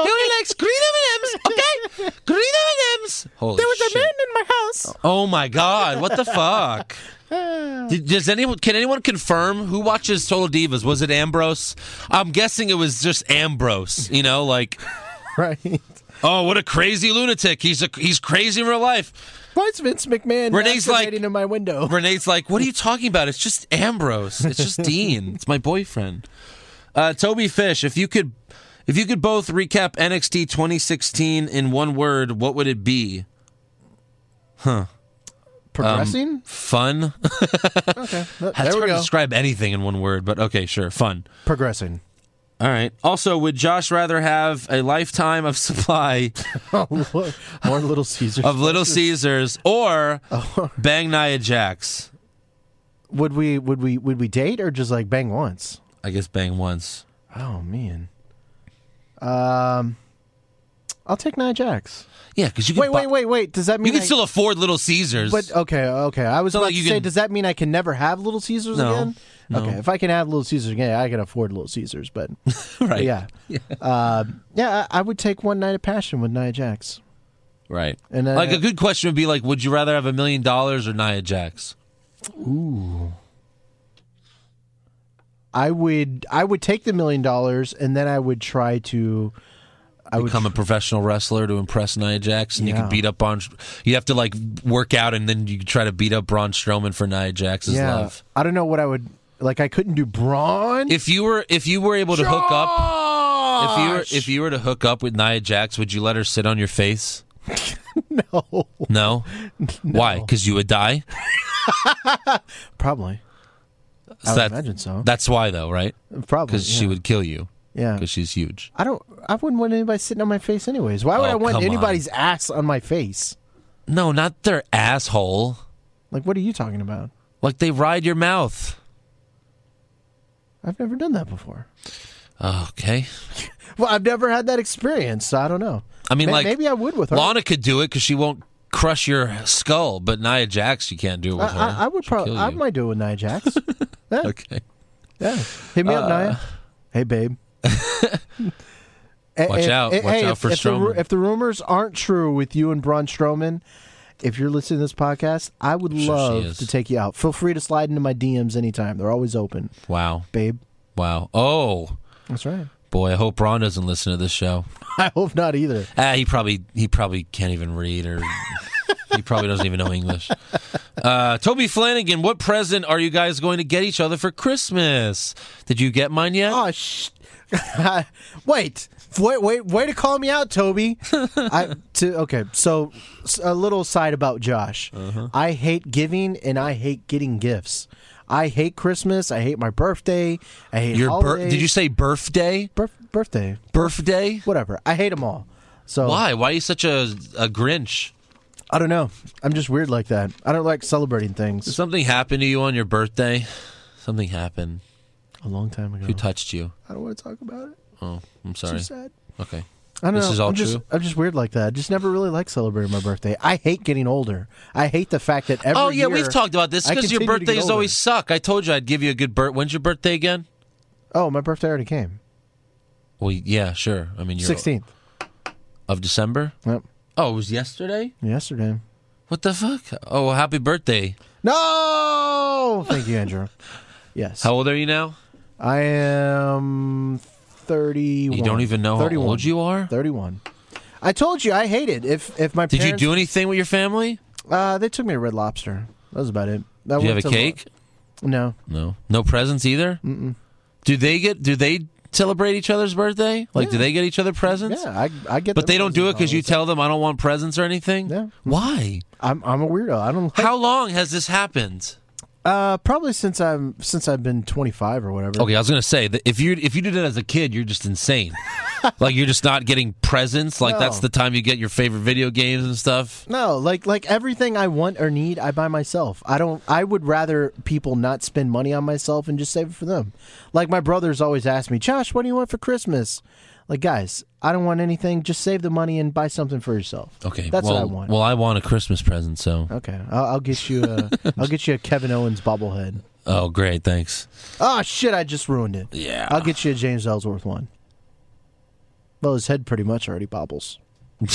Speaker 2: He only likes green M&Ms. Okay. green M&Ms. Holy shit.
Speaker 3: in my house.
Speaker 2: Oh my god. What the fuck? Did, does anyone can anyone confirm who watches Total Divas? Was it Ambrose? I'm guessing it was just Ambrose, you know, like
Speaker 3: Right.
Speaker 2: oh, what a crazy lunatic. He's a, he's crazy in real life.
Speaker 3: Why is Vince McMahon
Speaker 2: Renee's
Speaker 3: masturbating
Speaker 2: like- Um,
Speaker 3: in my window?
Speaker 2: Renee's like, "What are you talking about? It's just Ambrose. It's just Dean. It's my boyfriend." Uh, Toby Fish, if you could, if you could both recap NXT 2016 in one word, what would it be?
Speaker 3: Progressing?
Speaker 2: Fun.
Speaker 3: okay.
Speaker 2: That's
Speaker 3: there we
Speaker 2: hard to
Speaker 3: go.
Speaker 2: describe anything in one word, but okay, sure, fun.
Speaker 3: Progressing.
Speaker 2: All right. Also, would Josh rather have a lifetime of supply
Speaker 3: More Little Caesars.
Speaker 2: of Little Caesars or bang Nia Jax?
Speaker 3: would we would we would we date or just like bang once?
Speaker 2: I guess bang once.
Speaker 3: Oh man. Um I'll take Nia Jax.
Speaker 2: Yeah, because you can
Speaker 3: Wait, wait, wait, wait. Does that mean
Speaker 2: you can
Speaker 3: I-
Speaker 2: still afford Little Caesars.
Speaker 3: But okay, okay. I was
Speaker 2: So,
Speaker 3: about
Speaker 2: like, you
Speaker 3: to say,
Speaker 2: can-
Speaker 3: does that mean I can never have Little Caesars
Speaker 2: No,
Speaker 3: again? Okay, if I can have Little Caesars again, I can afford Little Caesars. But
Speaker 2: right,
Speaker 3: yeah, yeah, yeah. I, I would take one night of passion with Nia Jax.
Speaker 2: right.
Speaker 3: And then-
Speaker 2: like a good question would be like, would you rather have a million dollars or Nia Jax?
Speaker 3: I would, I would take the million dollars, and then I would try to. I would
Speaker 2: Become a professional wrestler to impress Nia Jax, and you
Speaker 3: Yeah.
Speaker 2: can beat up on. You have to like work out, and then you try to beat up Braun Strowman for Nia Jax's
Speaker 3: yeah.
Speaker 2: love.
Speaker 3: I don't know what I would like. I couldn't do Braun.
Speaker 2: If you were if you were able to hook up If you were
Speaker 3: Gosh!
Speaker 2: if you were to hook up with Nia Jax, would you let her sit on your face? no. No? Why? Because you would die?
Speaker 3: probably,
Speaker 2: So
Speaker 3: I would
Speaker 2: that-
Speaker 3: imagine so.
Speaker 2: That's why though, right?
Speaker 3: probably,
Speaker 2: Because
Speaker 3: yeah.
Speaker 2: she would kill you.
Speaker 3: Yeah,
Speaker 2: Because she's huge.
Speaker 3: I don't. I wouldn't want anybody sitting on my face, anyways. Why would
Speaker 2: Oh,
Speaker 3: I want
Speaker 2: come on.
Speaker 3: anybody's ass on my face?
Speaker 2: No, not their asshole.
Speaker 3: Like, what are you talking about?
Speaker 2: Like they ride your mouth.
Speaker 3: I've never done that before.
Speaker 2: Okay.
Speaker 3: Well, I've never had that experience, so I don't know.
Speaker 2: I mean,
Speaker 3: May-
Speaker 2: like
Speaker 3: maybe I would with her.
Speaker 2: Lana could do it because she won't crush your skull, but Nia Jax, you can't do it
Speaker 3: I,
Speaker 2: with her.
Speaker 3: I, I would
Speaker 2: She'll
Speaker 3: probably.
Speaker 2: kill
Speaker 3: I
Speaker 2: you.
Speaker 3: might do it with Nia Jax. yeah,
Speaker 2: Okay. Uh,
Speaker 3: yeah. Hit me up, Nia. Hey, babe.
Speaker 2: Watch out. Watch out for
Speaker 3: if the, ru-
Speaker 2: Strowman.
Speaker 3: if the rumors aren't true with you and Braun Strowman, if you're listening to this podcast, I would
Speaker 2: sure she
Speaker 3: love
Speaker 2: is.
Speaker 3: to take you out. Feel free to slide into my DMs anytime. They're always open,
Speaker 2: Wow.
Speaker 3: babe.
Speaker 2: Wow. Oh.
Speaker 3: That's right.
Speaker 2: Boy, I hope Braun doesn't listen to this show.
Speaker 3: I hope not either.
Speaker 2: Ah, he probably he probably can't even read or he probably doesn't even know English. Uh, Toby Flanagan, what present are you guys going to get each other for Christmas? Did you get mine yet?
Speaker 3: Oh sh! wait, wait, wait, way to call me out, Toby. I to okay. So s- a little side about Josh. I hate giving and I hate getting gifts. I hate Christmas. I hate my birthday. I hate
Speaker 2: Your bir-
Speaker 3: holidays.
Speaker 2: did you say birthday?
Speaker 3: Birth- birthday?
Speaker 2: Birthday?
Speaker 3: Whatever. I hate them all. So
Speaker 2: Why? Why are you such a a Grinch?
Speaker 3: I don't know. I'm just weird like that. I don't like celebrating things.
Speaker 2: Something happened to you on your birthday. Something happened.
Speaker 3: A long time ago.
Speaker 2: Who touched you?
Speaker 3: I don't want to talk about it.
Speaker 2: Oh, I'm
Speaker 3: Too
Speaker 2: sorry.
Speaker 3: sad.
Speaker 2: Okay.
Speaker 3: I don't
Speaker 2: This
Speaker 3: know.
Speaker 2: is all
Speaker 3: I'm Just,
Speaker 2: true?
Speaker 3: I'm just weird like that. I just never really like celebrating my birthday. I hate getting older. I hate the fact that every
Speaker 2: Oh yeah,
Speaker 3: year
Speaker 2: we've talked about this
Speaker 3: I
Speaker 2: because your
Speaker 3: continue to get
Speaker 2: birthdays
Speaker 3: older.
Speaker 2: always suck. I told you I'd give you a good birth. When's your birthday again?
Speaker 3: Oh, my birthday already came.
Speaker 2: Well, yeah, sure. I mean, you're
Speaker 3: Sixteenth.
Speaker 2: of December.
Speaker 3: Yep.
Speaker 2: Oh, it was yesterday?
Speaker 3: Yesterday.
Speaker 2: What the fuck? Oh, well, happy birthday.
Speaker 3: No. Thank you, Andrew. Yes.
Speaker 2: How old are you now?
Speaker 3: I am thirty-one.
Speaker 2: You don't even know
Speaker 3: 31.
Speaker 2: how old you are?
Speaker 3: Thirty-one. I told you I hate it. If if my
Speaker 2: Did you
Speaker 3: parents,
Speaker 2: do anything with your family?
Speaker 3: Uh, they took me to Red Lobster. That was about it.
Speaker 2: Do you have a cake?
Speaker 3: No.
Speaker 2: No. No presents either? Mm-mm. Do they get do they celebrate each other's birthday? Like, do they get each other presents?
Speaker 3: Yeah, I, I get.
Speaker 2: But
Speaker 3: them
Speaker 2: they don't do it
Speaker 3: presents
Speaker 2: because you
Speaker 3: and all
Speaker 2: tell them I don't want presents or anything.
Speaker 3: Yeah.
Speaker 2: Why?
Speaker 3: that. I'm I'm a weirdo. I don't.
Speaker 2: How long has this happened?
Speaker 3: Uh, probably since I'm since I've been 25 or whatever.
Speaker 2: Okay, I was gonna say that if you if you did it as a kid, you're just insane. like you're just not getting presents. Like that's
Speaker 3: No.
Speaker 2: the time you get your favorite video games and stuff.
Speaker 3: No, like like everything I want or need, I buy myself. I don't. I would rather people not spend money on myself and just save it for them. Like my brothers always ask me, Josh, what do you want for Christmas? Like guys, I don't want anything. Just save the money and buy something for yourself.
Speaker 2: Okay,
Speaker 3: that's
Speaker 2: well,
Speaker 3: what I want. Uh-huh.
Speaker 2: Well, I want a Christmas present. So,
Speaker 3: okay, I'll, I'll get you a I'll get you a Kevin Owens bobblehead.
Speaker 2: oh great, thanks.
Speaker 3: Oh shit! I just ruined it.
Speaker 2: Yeah.
Speaker 3: I'll get you a James Ellsworth one. Well, his head pretty much already bobbles.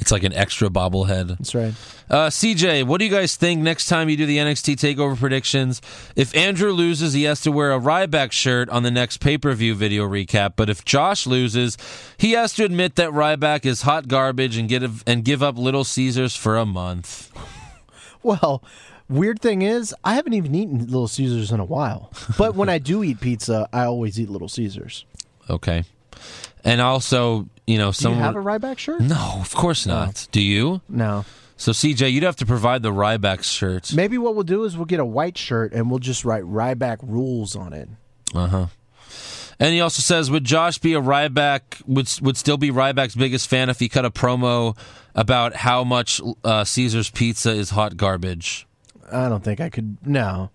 Speaker 2: It's like an extra bobblehead.
Speaker 3: That's right.
Speaker 2: Uh, CJ, what do you guys think next time you do the NXT Takeover predictions? If Andrew loses, he has to wear a Ryback shirt on the next pay per view video recap. But if Josh loses, he has to admit that Ryback is hot garbage and get a, and give up Little Caesars for a month.
Speaker 3: Well, weird thing is, I haven't even eaten Little Caesars in a while. But when I do eat pizza, I always eat Little Caesars.
Speaker 2: Okay, and also you know
Speaker 3: Do you
Speaker 2: someone.
Speaker 3: have a Ryback shirt?
Speaker 2: no, of course not. Do you?
Speaker 3: No.
Speaker 2: So CJ, you'd have to provide the Ryback shirt.
Speaker 3: Maybe what we'll do is we'll get a white shirt and we'll just write Ryback rules on it.
Speaker 2: And he also says, would Josh be a Ryback? Would would still be Ryback's biggest fan if he cut a promo about how much uh, Caesar's pizza is hot garbage?
Speaker 3: I don't think I could. No.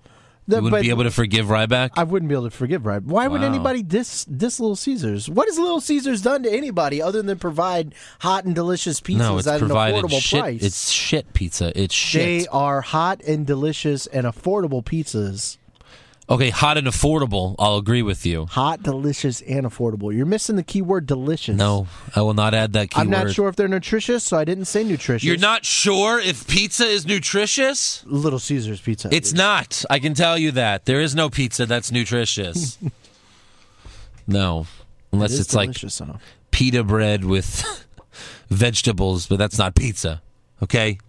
Speaker 2: You wouldn't be able to forgive Ryback.
Speaker 3: I wouldn't be able to forgive Ryback. Why would
Speaker 2: Wow.
Speaker 3: anybody diss diss Little Caesars? What has Little Caesars done to anybody other than provide hot and delicious pizzas
Speaker 2: no, it's
Speaker 3: at an
Speaker 2: provided
Speaker 3: affordable
Speaker 2: shit.
Speaker 3: price?
Speaker 2: It's shit pizza. It's
Speaker 3: they
Speaker 2: shit.
Speaker 3: are hot and delicious and affordable pizzas.
Speaker 2: okay, hot and affordable. I'll agree with you.
Speaker 3: Hot, delicious, and affordable. You're missing the keyword delicious.
Speaker 2: No, I will not add that keyword.
Speaker 3: I'm not sure if they're nutritious, so I didn't say nutritious.
Speaker 2: You're not sure if pizza is nutritious?
Speaker 3: Little Caesars pizza.
Speaker 2: It's not. I can tell you that. There is no pizza that's nutritious. no. Unless
Speaker 3: It is
Speaker 2: it's like
Speaker 3: delicious, though.
Speaker 2: pita bread with vegetables, but that's not pizza. Okay?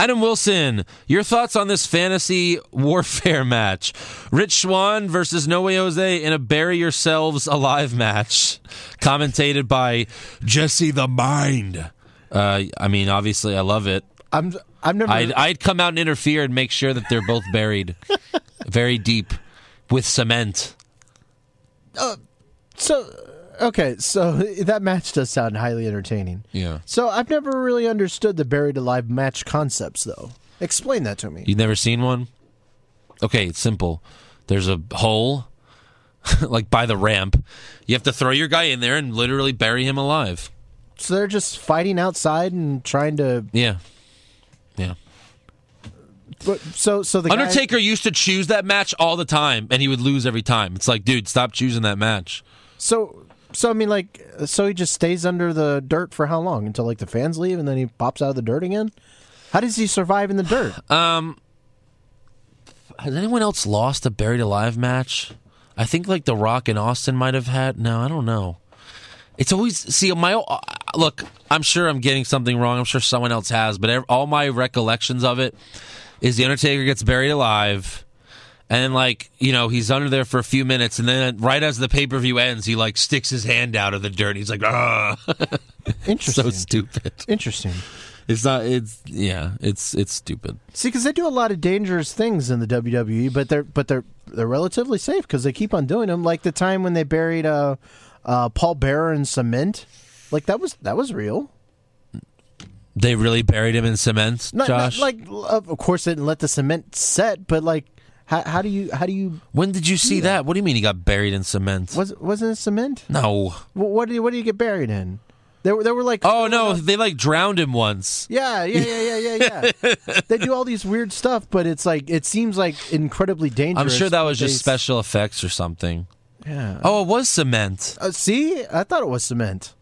Speaker 2: Adam Wilson, your thoughts on this fantasy warfare match? Rich Swan versus No Way Jose in a bury yourselves alive match, commentated by Jesse the Mind. Uh, I mean, obviously, I love it.
Speaker 3: I'm. I've never.
Speaker 2: I'd, I'd come out and interfere and make sure that they're both buried very deep with cement.
Speaker 3: so okay. So that match does sound highly entertaining.
Speaker 2: Yeah.
Speaker 3: So I've never really understood the buried alive match concepts, though. Explain that to me.
Speaker 2: You've never seen one? Okay, it's simple. There's a hole, like by the ramp. You have to throw your guy in there and literally bury him alive.
Speaker 3: So they're just fighting outside and trying to.
Speaker 2: Yeah. Yeah.
Speaker 3: But, so so the guy-
Speaker 2: Undertaker used to choose that match all the time, and he would lose every time. It's like, dude, stop choosing that match.
Speaker 3: so so I mean like so he just stays under the dirt for how long until like the fans leave and then he pops out of the dirt again. How does he survive in the dirt?
Speaker 2: Uh, Has anyone else lost a buried alive match? I think like The Rock and Austin might have had. No, I don't know. It's always see my uh, look. I'm sure I'm getting something wrong. I'm sure someone else has, but ev- all my recollections of it is the Undertaker gets buried alive, and then like you know he's under there for a few minutes, and then right as the pay per view ends, he like sticks his hand out of the dirt. He's like, ah, so
Speaker 3: Interesting.
Speaker 2: stupid.
Speaker 3: Interesting.
Speaker 2: It's not. It's yeah. It's it's stupid.
Speaker 3: See, because they do a lot of dangerous things in the WWE, but they're but they're they're relatively safe because they keep on doing them. Like the time when they buried uh, uh, Paul Bearer in cement, like that was that was real.
Speaker 2: They really buried him in cement,
Speaker 3: Not, not
Speaker 2: Josh.
Speaker 3: like of of course they didn't let the cement set, but like how, how do you how do you
Speaker 2: when did you see that? What do you mean he got buried in cement?
Speaker 3: was wasn't it cement?
Speaker 2: No.
Speaker 3: What, what do you what do you get buried in? There were there were like
Speaker 2: Oh no, they like drowned him once.
Speaker 3: Yeah, yeah, yeah, yeah, yeah, yeah. they do all these weird stuff, but it's like it seems like incredibly dangerous.
Speaker 2: I'm sure that
Speaker 3: but
Speaker 2: was just
Speaker 3: they-
Speaker 2: special effects or something.
Speaker 3: Yeah.
Speaker 2: Oh, it was cement.
Speaker 3: Uh, see, I thought it was cement.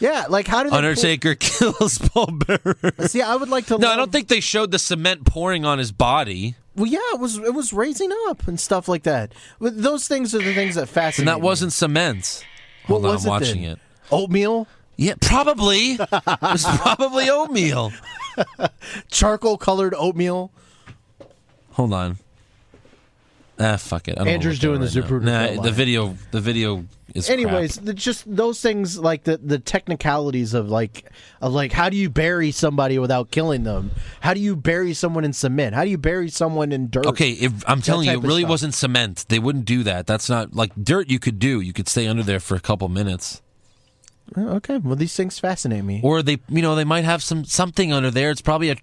Speaker 3: yeah, like how did they
Speaker 2: Undertaker kills Paul Bearer.
Speaker 3: Pour- see, I would like to.
Speaker 2: No, I don't think they showed the cement pouring on his body.
Speaker 3: Well, yeah, it was it was raising up and stuff like that. But those things are the things that
Speaker 2: And
Speaker 3: fascinate.
Speaker 2: that
Speaker 3: me.
Speaker 2: wasn't cement.
Speaker 3: What
Speaker 2: Hold on,
Speaker 3: was
Speaker 2: I'm watching
Speaker 3: then?
Speaker 2: it.
Speaker 3: Oatmeal,
Speaker 2: Yeah, probably. it was probably oatmeal.
Speaker 3: charcoal colored oatmeal.
Speaker 2: Hold on. Ah, fuck it. I don't wanna
Speaker 3: Andrew's
Speaker 2: look at it
Speaker 3: doing the
Speaker 2: right now.
Speaker 3: Zapruder
Speaker 2: Nah,
Speaker 3: felt
Speaker 2: the
Speaker 3: line.
Speaker 2: video. The video is. crap.
Speaker 3: Anyways, the, just those things like the the technicalities of like of like how do you bury somebody without killing them? How do you bury someone in cement? How do you bury someone in dirt?
Speaker 2: Okay, if, I'm telling you,
Speaker 3: type
Speaker 2: it
Speaker 3: of
Speaker 2: really
Speaker 3: stuff.
Speaker 2: wasn't cement. They wouldn't do that. That's not like dirt. You could do. You could stay under there for a couple minutes,
Speaker 3: Uh, okay. Well, these things fascinate me.
Speaker 2: or they, you know, they might have some something under there. It's probably a.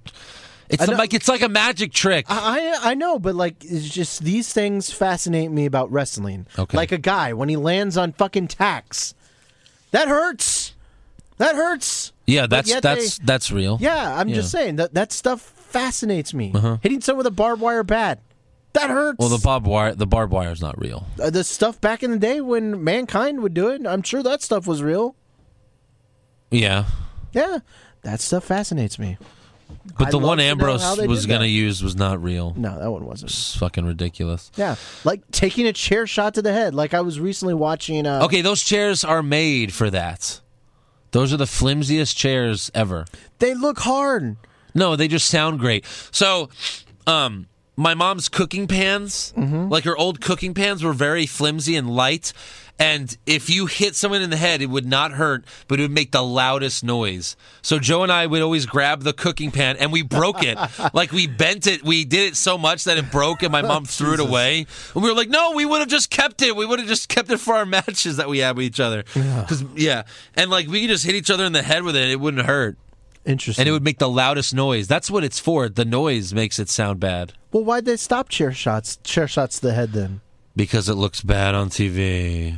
Speaker 2: It's
Speaker 3: know- Uh,
Speaker 2: like it's like a magic trick.
Speaker 3: I I know, but like it's just these things fascinate me about wrestling.
Speaker 2: Okay.
Speaker 3: Like a guy when he lands on fucking tacks, that hurts. That hurts.
Speaker 2: yeah,
Speaker 3: But
Speaker 2: that's
Speaker 3: yet
Speaker 2: that's
Speaker 3: they-
Speaker 2: that's real.
Speaker 3: yeah. I'm just saying that that stuff fascinates me. Hitting someone with a barbed wire bat, that hurts.
Speaker 2: Uh-huh. Well, the barbed wire, the barbed wire is not real.
Speaker 3: Uh, the stuff back in the day when mankind would do it, I'm sure that stuff was real.
Speaker 2: Yeah,
Speaker 3: Yeah, that stuff fascinates me.
Speaker 2: but
Speaker 3: I'd
Speaker 2: the
Speaker 3: love
Speaker 2: one
Speaker 3: to know
Speaker 2: Ambrose
Speaker 3: how they
Speaker 2: was
Speaker 3: did
Speaker 2: gonna
Speaker 3: that.
Speaker 2: use was not real.
Speaker 3: No, that one wasn't.
Speaker 2: It's fucking ridiculous.
Speaker 3: Yeah, like taking a chair shot to the head. Like I was recently watching. Uh,
Speaker 2: Okay, those chairs are made for that. Those are the flimsiest chairs ever.
Speaker 3: They look hard.
Speaker 2: No, they just sound great. So, um, my mom's cooking pans, like her old cooking pans, were very flimsy and light. And if you hit someone in the head, it would not hurt, but it would make the loudest noise. So Joe and I would always grab the cooking pan, and we broke it. like we bent it, we did it so much that it broke, and my mom threw it away. And we were like, "No, we would have just kept it. We would have just kept it for our matches that we had with each other." 'Cause- yeah, and like we could just hit each other in the head with it; it wouldn't hurt
Speaker 3: Interesting.
Speaker 2: and it would make the loudest noise. That's what it's for. The noise makes it sound bad
Speaker 3: well, why'd they stop chair shots? Chair shots to the head then.
Speaker 2: because it looks bad on TV.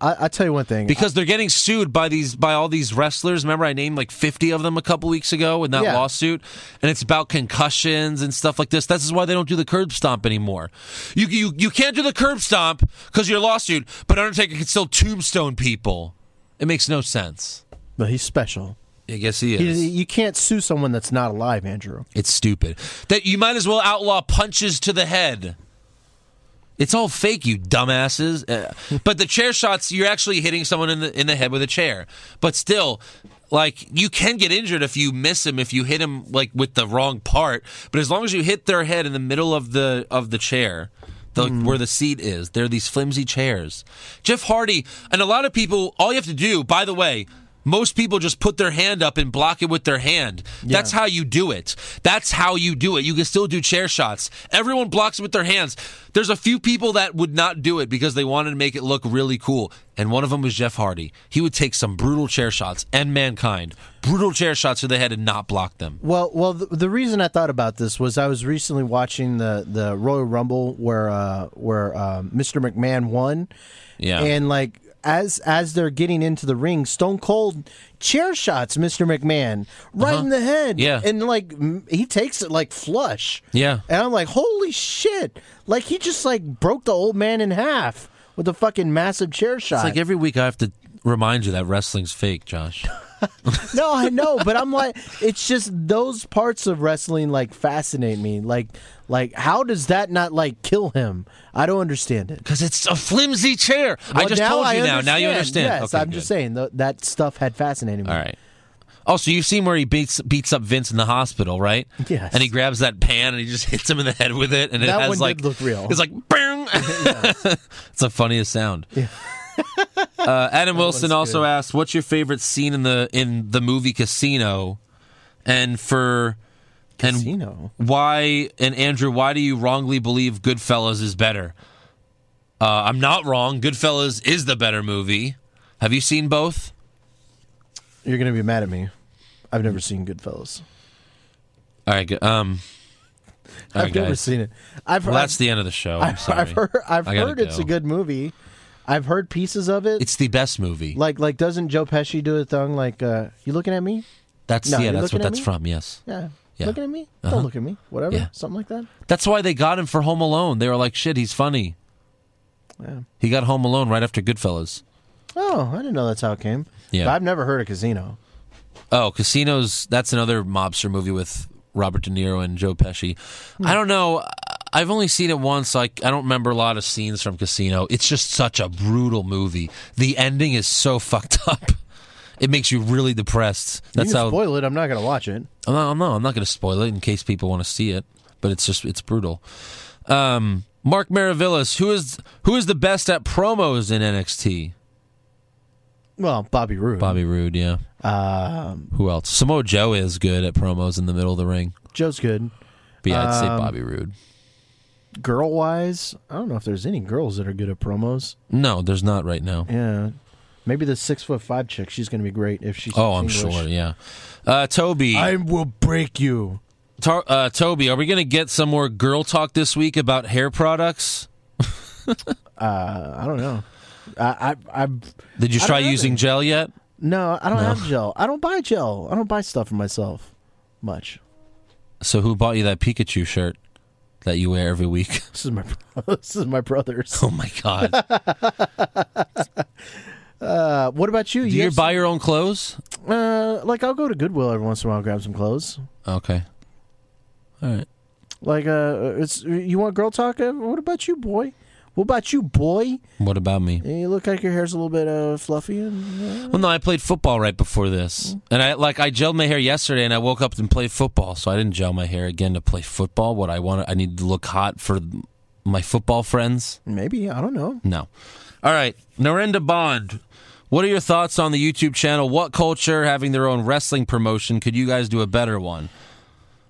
Speaker 3: I, I tell you one thing.
Speaker 2: Because they're getting sued by these by all these wrestlers. Remember, I named like fifty of them a couple weeks ago in that
Speaker 3: Yeah.
Speaker 2: lawsuit, and it's about concussions and stuff like this. This is why they don't do the curb stomp anymore. You you you can't do the curb stomp because your lawsuit, but Undertaker can still tombstone people. It makes no sense.
Speaker 3: but he's special.
Speaker 2: I guess he is.
Speaker 3: You, you can't sue someone that's not alive, Andrew.
Speaker 2: It's stupid. That you might as well outlaw punches to the head. It's all fake, you dumbasses. Uh, but the chair shots, you're actually hitting someone in the in the head with a chair. But still, like you can get injured if you miss him, if you hit him like with the wrong part. But as long as you hit their head in the middle of the of the chair, the, where the seat is, there are these flimsy chairs. Jeff Hardy and a lot of people. All you have to do, by the way. Most people just put their hand up and block it with their hand. That's how you do it. That's how you do it. You can still do chair shots. Everyone blocks it with their hands. There's a few people that would not do it because they wanted to make it look really cool. And one of them was Jeff Hardy. He would take some brutal chair shots and mankind. Brutal chair shots to the head and not block them.
Speaker 3: Well, well, the, the reason I thought about this was I was recently watching the the Royal Rumble where uh, where uh, Mr. McMahon won,
Speaker 2: Yeah.
Speaker 3: and like as as they're getting into the ring, Stone Cold chair shots Mr. McMahon right in the head,
Speaker 2: Uh-huh. Yeah.
Speaker 3: and like m- he takes it like flush,
Speaker 2: Yeah.
Speaker 3: and I'm like, holy shit, like he just like broke the old man in half with a fucking massive chair
Speaker 2: It's
Speaker 3: shot.
Speaker 2: like every week I have to remind you that wrestling's fake, Josh.
Speaker 3: No, I know, but I'm like, it's just those parts of wrestling like fascinate me. Like, like how does that not like kill him? I don't understand it.
Speaker 2: Because it's a flimsy chair. I
Speaker 3: Well,
Speaker 2: just told
Speaker 3: I
Speaker 2: you now. Now you understand.
Speaker 3: Yes,
Speaker 2: Okay,
Speaker 3: I'm
Speaker 2: good.
Speaker 3: just saying th- that stuff had fascinated me.
Speaker 2: All right. Also, you've seen where he beats beats up Vince in the hospital, right?
Speaker 3: Yes.
Speaker 2: And he grabs that pan and he just hits him in the head with it, and it
Speaker 3: That
Speaker 2: has
Speaker 3: one did
Speaker 2: like
Speaker 3: look real.
Speaker 2: It's like bang. it's the funniest sound. uh, Adam Wilson also asked, "What's your favorite scene in the in the movie Casino?" And for
Speaker 3: Casino?
Speaker 2: and why and Andrew, why do you wrongly believe Goodfellas is better? Uh, I'm not wrong. Goodfellas is the better movie. Have you seen both?
Speaker 3: You're gonna be mad at me. I've never seen Goodfellas.
Speaker 2: All right, go- um, all
Speaker 3: I've
Speaker 2: right,
Speaker 3: never
Speaker 2: guys.
Speaker 3: seen it. I've
Speaker 2: Well, that's
Speaker 3: I've,
Speaker 2: the end of the show. I'm
Speaker 3: I've,
Speaker 2: sorry.
Speaker 3: I've heard. I've
Speaker 2: I gotta
Speaker 3: heard it's
Speaker 2: go.
Speaker 3: a good movie. I've heard pieces of it.
Speaker 2: It's the best movie.
Speaker 3: like, like doesn't Joe Pesci do a thing like, uh, "You looking at me?
Speaker 2: That's
Speaker 3: No,
Speaker 2: yeah.
Speaker 3: you're
Speaker 2: That's what
Speaker 3: looking at
Speaker 2: that's
Speaker 3: me?
Speaker 2: from. Yes.
Speaker 3: Yeah,
Speaker 2: Yeah. Uh-huh.
Speaker 3: looking at me? Don't look at me. Whatever,
Speaker 2: Yeah.
Speaker 3: something like that."
Speaker 2: That's why they got him for Home Alone. They were like, "Shit, he's funny."
Speaker 3: Yeah.
Speaker 2: He got Home Alone right after Goodfellas.
Speaker 3: Oh, I didn't know that's how it came.
Speaker 2: Yeah.
Speaker 3: But I've never heard of casino.
Speaker 2: Oh, Casinos. That's another mobster movie with Robert De Niro and Joe Pesci.
Speaker 3: Hmm.
Speaker 2: I don't know. I- I've only seen it once. Like I don't remember a lot of scenes from Casino. It's just such a brutal movie. The ending is so fucked up. It makes you really depressed. That's
Speaker 3: you can
Speaker 2: how
Speaker 3: spoil it. I'm not going to watch it.
Speaker 2: I'm not, I'm not, I'm not going to spoil it in case people want to see it, but it's just it's brutal. Um, Mark Maravillas, who is who is the best at promos in NXT?
Speaker 3: Well, Bobby Roode.
Speaker 2: Bobby Roode, yeah.
Speaker 3: Um,
Speaker 2: Who else? Samoa Joe is good at promos in the middle of the ring.
Speaker 3: Joe's good.
Speaker 2: But yeah, I'd say
Speaker 3: Um,
Speaker 2: Bobby Roode.
Speaker 3: Girl wise, I don't know if there's any girls that are good at promos.
Speaker 2: No, there's not right now.
Speaker 3: Yeah. Maybe the six foot five chick, she's going to be great if she's.
Speaker 2: Oh, I'm
Speaker 3: English.
Speaker 2: sure. Yeah, uh, Toby.
Speaker 3: I will break you.
Speaker 2: Tar- uh, Toby, are we gonna get some more girl talk this week about hair products?
Speaker 3: Uh, I don't know. I, I, I
Speaker 2: Did you
Speaker 3: I
Speaker 2: try
Speaker 3: don't have
Speaker 2: using gel yet?
Speaker 3: no, I don't have gel. I don't buy gel. I don't buy stuff for myself much.
Speaker 2: So who bought you that Pikachu shirt that you wear every week?
Speaker 3: This is my this is my brother's.
Speaker 2: oh my god!
Speaker 3: Uh, what about you?
Speaker 2: Do
Speaker 3: You
Speaker 2: you
Speaker 3: have
Speaker 2: buy your own clothes?
Speaker 3: some- uh, like I'll go to Goodwill every once in a while, grab some clothes.
Speaker 2: Okay. All right.
Speaker 3: Like uh, it's you want girl talk? Uh, What about you, boy? What about you, boy?
Speaker 2: What about me?
Speaker 3: And you look like your hair's a little bit uh, fluffy. And, uh,
Speaker 2: Well, no, I played football right before this, and I like I gelled my hair yesterday, and I woke up and played football, so I didn't gel my hair again to play football. What I want, I need to look hot for my football friends.
Speaker 3: maybe I don't know.
Speaker 2: No. All right, Narendra Bond. What are your thoughts on the YouTube channel? What culture having their own wrestling promotion? Could you guys do a better one?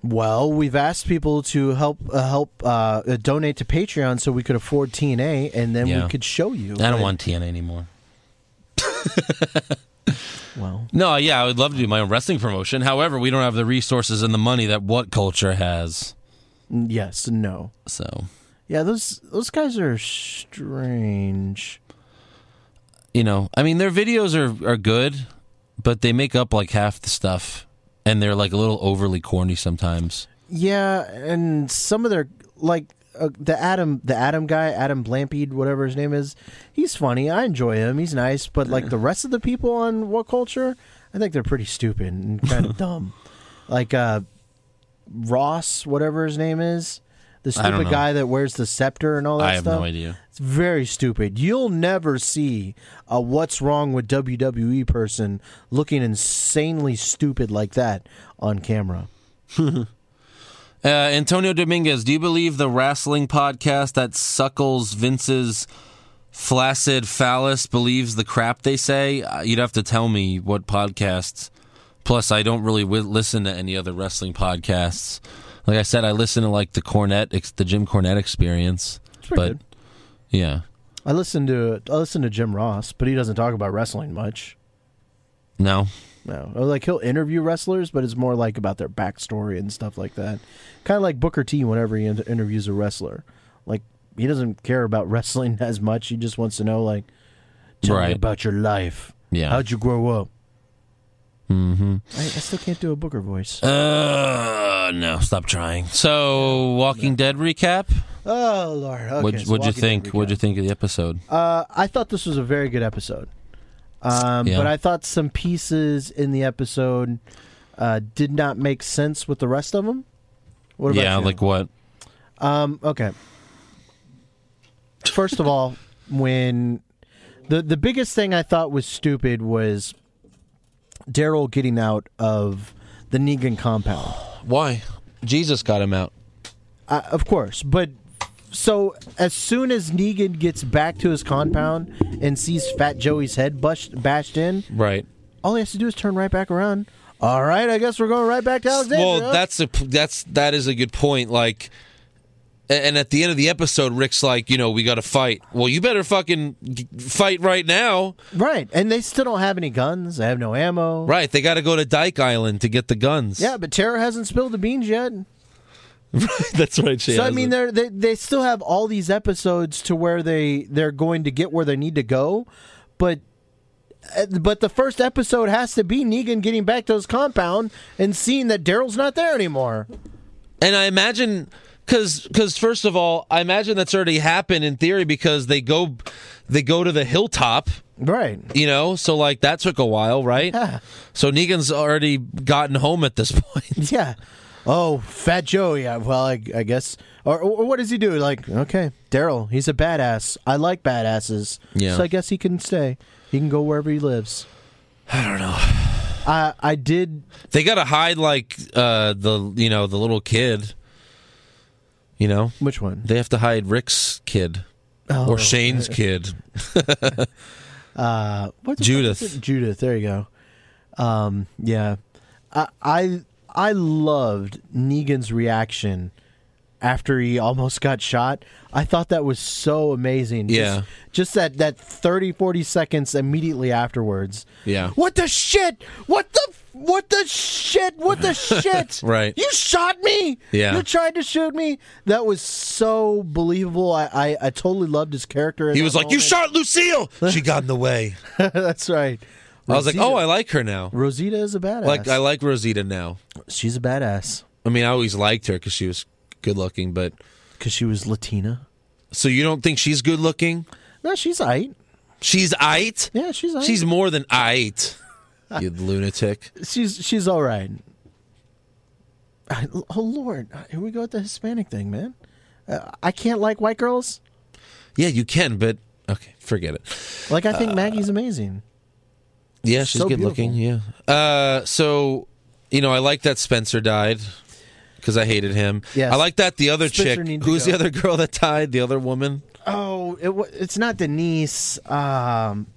Speaker 3: Well, we've asked people to help uh, help uh, uh, donate to Patreon so we could afford TNA, and then
Speaker 2: Yeah.
Speaker 3: we could show you.
Speaker 2: I don't
Speaker 3: Like,
Speaker 2: want TNA anymore.
Speaker 3: Well,
Speaker 2: No, yeah, I would love to do my own wrestling promotion. However, we don't have the resources and the money that What Culture has.
Speaker 3: yes, no.
Speaker 2: So,
Speaker 3: Yeah, those those guys are strange.
Speaker 2: you know, I mean, their videos are, are good, but they make up like half the stuff and they're like a little overly corny sometimes.
Speaker 3: Yeah, and some of their like uh, the Adam the Adam guy, Adam Blampied, whatever his name is, he's funny. I enjoy him. He's nice, but like the rest of the people on What Culture, I think they're pretty stupid and kind of dumb. Like uh Ross, whatever his name is, the
Speaker 2: I don't
Speaker 3: stupid
Speaker 2: know.
Speaker 3: guy that wears the scepter and all that
Speaker 2: I have
Speaker 3: stuff.
Speaker 2: no idea.
Speaker 3: It's very stupid. You'll never see a what's wrong with WWE person looking insanely stupid like that on camera.
Speaker 2: Uh, Antonio Dominguez, do you believe the wrestling podcast that suckles Vince's flaccid phallus believes the crap they say? Uh, You'd have to tell me what podcasts. Plus, I don't really wi- listen to any other wrestling podcasts. Like I said, I listen to like the Cornette, ex- the Jim Cornette Experience.
Speaker 3: pretty
Speaker 2: but
Speaker 3: good.
Speaker 2: yeah,
Speaker 3: I listen to I listen to Jim Ross, but he doesn't talk about wrestling much.
Speaker 2: no,
Speaker 3: No, like he'll interview wrestlers, but it's more like about their backstory and stuff like that. Kind of like Booker T. Whenever he in- interviews a wrestler, like he doesn't care about wrestling as much. He just wants to know, like, tell me
Speaker 2: Right.
Speaker 3: about your life.
Speaker 2: Yeah.
Speaker 3: how'd you grow up? Mm-hmm. I, I still can't do a Booker voice.
Speaker 2: uh, no, stop trying. So, Walking Dead recap.
Speaker 3: oh Lord,
Speaker 2: what'd
Speaker 3: okay, so
Speaker 2: what'd you
Speaker 3: Walking Dead
Speaker 2: think?
Speaker 3: recap.
Speaker 2: What'd you think of the episode?
Speaker 3: Uh, I thought this was a very good episode, um,
Speaker 2: Yeah.
Speaker 3: but I thought some pieces in the episode uh, did not make sense with the rest of them. What about
Speaker 2: yeah,
Speaker 3: you?
Speaker 2: like what?
Speaker 3: um, okay. First of all, when the the biggest thing I thought was stupid was Daryl getting out of the Negan compound.
Speaker 2: Why? Jesus got him out.
Speaker 3: Uh, of course, but so as soon as Negan gets back to his compound and sees Fat Joey's head bushed, bashed in,
Speaker 2: Right.
Speaker 3: all he has to do is turn right back around. All right, I guess we're going right back to Alexandria.
Speaker 2: Well, that's a p- that's that is a good point. Like, a- and at the end of the episode, Rick's like, you know, we got to fight. Well, you better fucking g- fight right now.
Speaker 3: right, and they still don't have any guns. They have no ammo.
Speaker 2: Right? They got to go to Dyke Island to get the guns.
Speaker 3: Yeah, but Tara hasn't spilled the beans yet.
Speaker 2: that's right. she
Speaker 3: so I
Speaker 2: has
Speaker 3: mean,
Speaker 2: it.
Speaker 3: they're, they they still have all these episodes to where they they're going to get where they need to go, but uh, but the first episode has to be Negan getting back to his compound and seeing that Daryl's not there anymore.
Speaker 2: and I imagine. Cause, Cause, first of all, I imagine that's already happened in theory because they go, they go to the hilltop,
Speaker 3: Right.
Speaker 2: you know. So like that took a while, right?
Speaker 3: Yeah.
Speaker 2: So Negan's already gotten home at this point.
Speaker 3: Yeah. Oh, Fat Joe. Yeah. Well, I, I guess. Or, or what does he do? Like, okay, Daryl. He's a badass. I like badasses.
Speaker 2: Yeah.
Speaker 3: So I guess he can stay. He can go wherever he lives.
Speaker 2: I don't know.
Speaker 3: I I did.
Speaker 2: They gotta hide like uh the you know the little kid. You You know,
Speaker 3: Which one?
Speaker 2: they have to hide Rick's kid
Speaker 3: Oh,
Speaker 2: or Shane's kid.
Speaker 3: Uh, what the fuck
Speaker 2: Judith.
Speaker 3: is it? Judith. There you go. Um, yeah, I, I I loved Negan's reaction after he almost got shot. I thought that was so amazing.
Speaker 2: Yeah.
Speaker 3: Just, just that that 30 40 seconds immediately afterwards.
Speaker 2: Yeah.
Speaker 3: What the shit? What the what the shit? What the shit?
Speaker 2: Right.
Speaker 3: You shot me.
Speaker 2: Yeah.
Speaker 3: You tried to shoot me. That was so believable. I I, I totally loved his character. in
Speaker 2: He
Speaker 3: that
Speaker 2: was like, "You
Speaker 3: moment.
Speaker 2: shot Lucille. She got in the way."
Speaker 3: That's right.
Speaker 2: I was like, "Oh,
Speaker 3: Rosita-
Speaker 2: I like her now.
Speaker 3: Rosita is a badass.
Speaker 2: Like I like Rosita now.
Speaker 3: she's a badass
Speaker 2: I mean, I always liked her because she was good looking, but."
Speaker 3: because she was Latina.
Speaker 2: So you don't think she's good looking?
Speaker 3: No, she's aight.
Speaker 2: She's aight.
Speaker 3: Yeah, she's aight.
Speaker 2: She's more than aight. You lunatic.
Speaker 3: she's she's all right. I, oh Lord, here we go with the Hispanic thing, man. Uh, I can't like white girls.
Speaker 2: Yeah, you can, but okay, forget it.
Speaker 3: Like I think Maggie's amazing.
Speaker 2: Yeah, she's
Speaker 3: so
Speaker 2: good
Speaker 3: beautiful.
Speaker 2: looking. Yeah. Uh, so, you know, I like that Spencer died because I hated him.
Speaker 3: Yes.
Speaker 2: I like that the other
Speaker 3: Spencer
Speaker 2: chick.
Speaker 3: needed to
Speaker 2: Who's
Speaker 3: go.
Speaker 2: the other girl that died? The other woman?
Speaker 3: Oh, it, wa- it's not Denise. Um,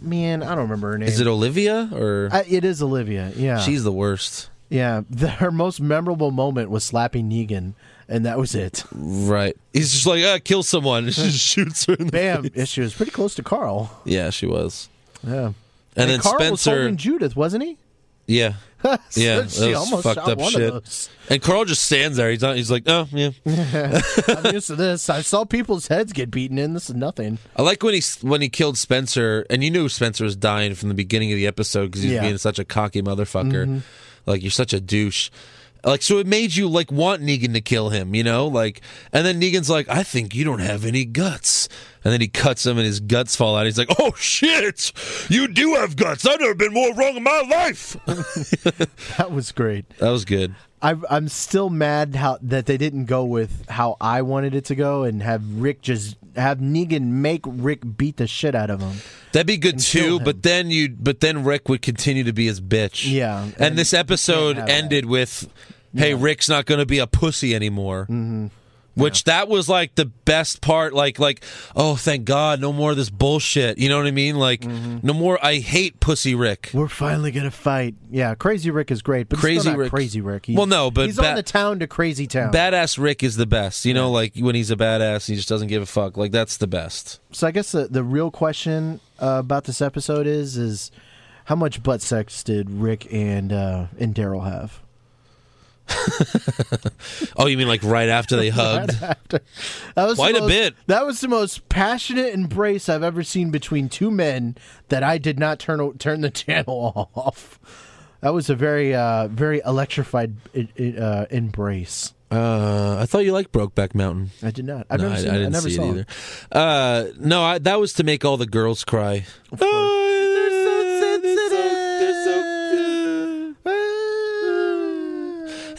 Speaker 3: man, I don't remember her name.
Speaker 2: Is it Olivia or?
Speaker 3: I, it is Olivia. Yeah,
Speaker 2: she's the worst.
Speaker 3: yeah. The, her most memorable moment was slapping Negan, and that was it.
Speaker 2: Right. He's just like, ah, kill someone. She just shoots her. In the
Speaker 3: Bam!
Speaker 2: face.
Speaker 3: yeah, she was pretty close to Carl.
Speaker 2: Yeah, she was.
Speaker 3: Yeah.
Speaker 2: And, then
Speaker 3: Carl was
Speaker 2: Spencer.
Speaker 3: holding Judith, wasn't he?
Speaker 2: yeah. Yeah,
Speaker 3: she
Speaker 2: that was
Speaker 3: almost
Speaker 2: fucked
Speaker 3: shot
Speaker 2: up
Speaker 3: one
Speaker 2: shit.
Speaker 3: of those.
Speaker 2: And Carl just stands there. He's not, he's like, oh yeah.
Speaker 3: I'm used to this. I saw people's heads get beaten in. This is nothing.
Speaker 2: I like when he when he killed Spencer, and you knew Spencer was dying from the beginning of the episode because he was
Speaker 3: Yeah.
Speaker 2: being such a cocky motherfucker. Like you're such a douche. Like so, it made you like want Negan to kill him, you know? Like, and then Negan's like, "I think you don't have any guts," and then he cuts him, and his guts fall out. He's like, "Oh shit, you do have guts! I've never been more wrong in my life."
Speaker 3: That was great.
Speaker 2: that was good.
Speaker 3: I, I'm still mad how that they didn't go with how I wanted it to go and have Rick just have Negan make Rick beat the shit out of him.
Speaker 2: That'd be good
Speaker 3: kill
Speaker 2: too,
Speaker 3: him.
Speaker 2: but then you but then Rick would continue to be his bitch.
Speaker 3: Yeah,
Speaker 2: And,
Speaker 3: and
Speaker 2: this episode
Speaker 3: have that.
Speaker 2: ended with hey, Rick's not going to be a pussy anymore. Mm-hmm. Which that was like the best part like like oh, thank God, no more of this bullshit. You know what I mean? Like no more I hate pussy Rick.
Speaker 3: We're finally gonna fight. Yeah, Crazy Rick is great, but
Speaker 2: Crazy
Speaker 3: still not
Speaker 2: Rick-
Speaker 3: Crazy Rick. He's,
Speaker 2: Well, no, but
Speaker 3: he's
Speaker 2: ba-
Speaker 3: on the town to Crazy Town.
Speaker 2: Badass Rick is the best. You know, like when he's a badass, he just doesn't give a fuck. Like that's the best.
Speaker 3: so I guess the, the real question uh, about this episode is is how much butt sex did Rick and uh, and Daryl have?
Speaker 2: Oh, you mean like right after they hugged?
Speaker 3: That was the
Speaker 2: Quite a
Speaker 3: most-
Speaker 2: bit.
Speaker 3: That was the most passionate embrace I've ever seen between two men that I did not turn o- turn the channel off. That was a very uh, very electrified i- i- uh, embrace.
Speaker 2: Uh, I thought you liked Brokeback Mountain.
Speaker 3: I did not. I've
Speaker 2: No,
Speaker 3: never
Speaker 2: I,
Speaker 3: seen.
Speaker 2: I
Speaker 3: it.
Speaker 2: didn't
Speaker 3: never
Speaker 2: see
Speaker 3: saw
Speaker 2: it either. Uh, no, I, that was to make all the girls cry. Uh,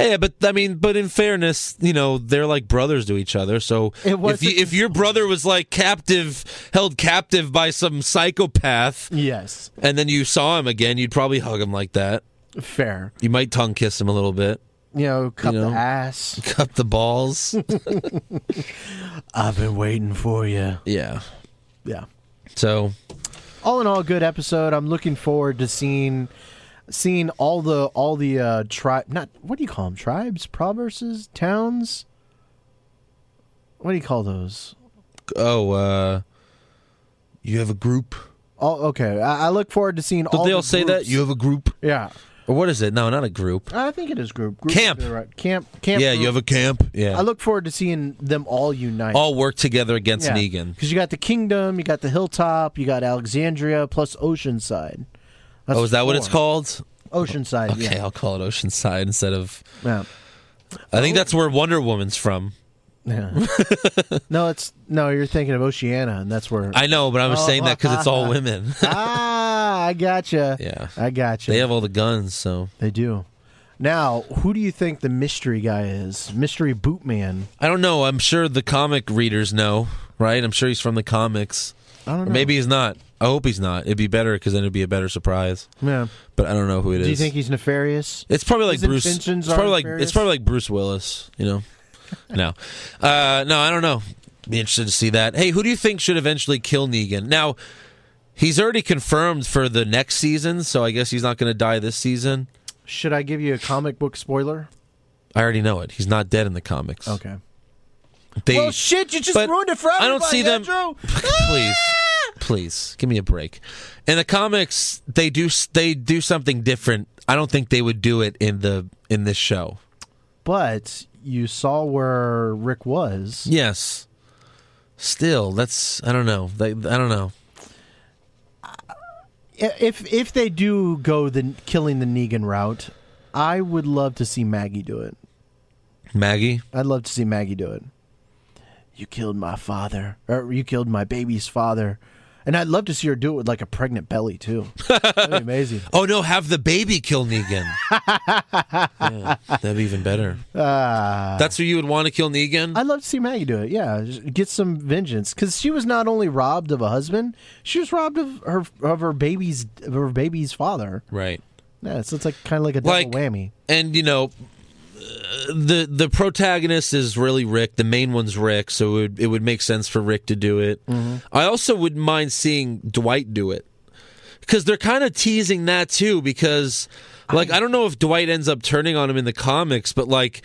Speaker 2: Yeah, but I mean, but in fairness, you know, they're like brothers to each other. So
Speaker 3: It
Speaker 2: if you,
Speaker 3: wasn't-
Speaker 2: if your brother was like captive, held captive by some psychopath,
Speaker 3: Yes,
Speaker 2: and then you saw him again, you'd probably hug him like that.
Speaker 3: fair.
Speaker 2: You might tongue kiss him a little bit,
Speaker 3: You know, cup
Speaker 2: You know.
Speaker 3: the ass.
Speaker 2: cup the balls.
Speaker 3: I've been waiting for you.
Speaker 2: yeah.
Speaker 3: Yeah.
Speaker 2: So
Speaker 3: all in all, good episode. I'm looking forward to seeing seeing all the all the uh tribe not what do you call them tribes provinces towns what do you call those
Speaker 2: oh, uh, you have a group.
Speaker 3: all okay i, I look forward to seeing
Speaker 2: Did
Speaker 3: all
Speaker 2: they
Speaker 3: the
Speaker 2: all say that?
Speaker 3: groups.
Speaker 2: You have a group.
Speaker 3: yeah
Speaker 2: Or what is it? No, not a group.
Speaker 3: i think it is group, group
Speaker 2: Camp.
Speaker 3: right. camp camp
Speaker 2: Yeah, you have a camp. Yeah.
Speaker 3: i look forward to seeing them all unite
Speaker 2: all work together against Negan.
Speaker 3: because you got the kingdom you got the hilltop you got alexandria plus oceanside That's
Speaker 2: Oh, is that what it's
Speaker 3: four.
Speaker 2: called?
Speaker 3: oceanside
Speaker 2: Okay,
Speaker 3: yeah,
Speaker 2: I'll call it Oceanside instead of.
Speaker 3: yeah.
Speaker 2: I
Speaker 3: Oh.
Speaker 2: think that's where Wonder Woman's from.
Speaker 3: Yeah. no, it's no. You're thinking of Oceania, and that's where.
Speaker 2: I know, but I'm
Speaker 3: Oh,
Speaker 2: saying that because it's all women.
Speaker 3: ah, I gotcha.
Speaker 2: Yeah.
Speaker 3: I gotcha.
Speaker 2: they
Speaker 3: They,
Speaker 2: have all the guns, so
Speaker 3: do. Now, who do you think the mystery guy is? Mystery boot man.
Speaker 2: I don't know. I'm sure the comic readers know, right? I'm sure he's from the comics.
Speaker 3: I don't
Speaker 2: Or
Speaker 3: know.
Speaker 2: maybe he's not. I hope he's not. It'd be better because then it'd be a better surprise.
Speaker 3: Yeah.
Speaker 2: But I don't know who it is.
Speaker 3: Do you think he's nefarious?
Speaker 2: it's probably like
Speaker 3: his
Speaker 2: Bruce. It's
Speaker 3: intentions are
Speaker 2: probably like
Speaker 3: nefarious?
Speaker 2: it's probably like Bruce Willis. You know, no, uh, no, I don't know. Be interested to see that. Hey, who do you think should eventually kill Negan? Now, he's already confirmed for the next season, so I guess he's not going to die this season.
Speaker 3: Should I give you a comic book spoiler?
Speaker 2: I already know it. He's not dead in the comics.
Speaker 3: Okay.
Speaker 2: They,
Speaker 3: Well, shit, you just
Speaker 2: but
Speaker 3: ruined it for
Speaker 2: I don't
Speaker 3: everybody,
Speaker 2: see them.
Speaker 3: Andrew.
Speaker 2: please, please, give me a break. In the comics, they do s- they do something different. I don't think they would do it in the in this show.
Speaker 3: But you saw where Rick was.
Speaker 2: Yes. Still, that's I don't know. They, I don't know.
Speaker 3: I- If if they do go the killing the Negan route, I would love to see Maggie do it.
Speaker 2: Maggie,
Speaker 3: I'd love to see Maggie do it. You killed my father, or you killed my baby's father, and I'd love to see her do it with like a pregnant belly too. That'd be amazing.
Speaker 2: Oh no, have the baby kill Negan. Yeah, that'd be even better. That's who you would want to kill Negan?
Speaker 3: I'd love to see Maggie do it. Yeah, just get some vengeance because she was not only robbed of a husband, she was robbed of her of her baby's of her baby's father.
Speaker 2: right.
Speaker 3: Yeah, so it's like kind of like a double
Speaker 2: Like-
Speaker 3: whammy.
Speaker 2: And you know, uh, the the protagonist is really Rick. The main one's Rick, so it would, it would make sense for Rick to do it. I also wouldn't mind seeing Dwight do it because they're kind of teasing that too. Because like I, don't know if Dwight ends up turning on him in the comics, but like.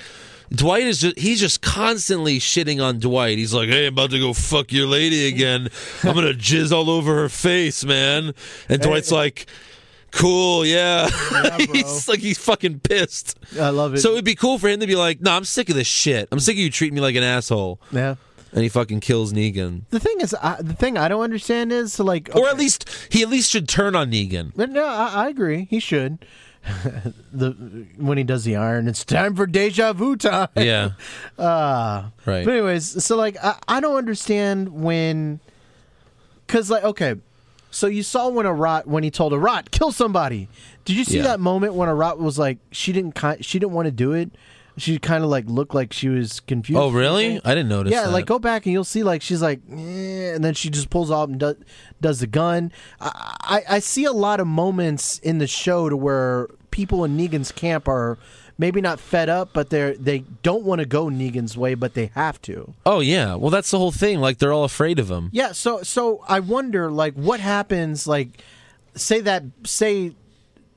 Speaker 2: Dwight is just, he's just constantly shitting on Dwight. He's like, "Hey, I'm about to go fuck your lady again. I'm gonna jizz all over her face, man." And Dwight's like, "Cool, yeah." he's like, he's fucking pissed.
Speaker 3: I love it.
Speaker 2: So it'd be cool for him to be like, "No, I'm sick of this shit. I'm sick of you treating me like an asshole."
Speaker 3: yeah.
Speaker 2: And he fucking kills Negan,
Speaker 3: The thing is, I, the thing I don't understand is so like,
Speaker 2: or at
Speaker 3: okay,
Speaker 2: least he at least should turn on Negan.
Speaker 3: but no, I, I agree. He should. the when he does the iron, it's time for deja vu time. Ah.
Speaker 2: Yeah. right.
Speaker 3: But anyways, so like I, I don't understand when, because like okay, so you saw when a rot when he told a rot kill somebody. Did you see
Speaker 2: Yeah.
Speaker 3: that moment when a rot was like she didn't ki- she didn't want to do it. She kind of like looked like she was confused.
Speaker 2: oh, really? I didn't notice.
Speaker 3: Yeah,
Speaker 2: that.
Speaker 3: like go back and you'll see like she's like, "Eh," and then she just pulls off and does, does the gun. I, I I see a lot of moments in the show to where people in Negan's camp are maybe not fed up, but they're they don't want to go Negan's way, but they have to.
Speaker 2: Oh yeah. Well, that's the whole thing. Like they're all afraid of him.
Speaker 3: Yeah, so so I wonder like what happens like say that say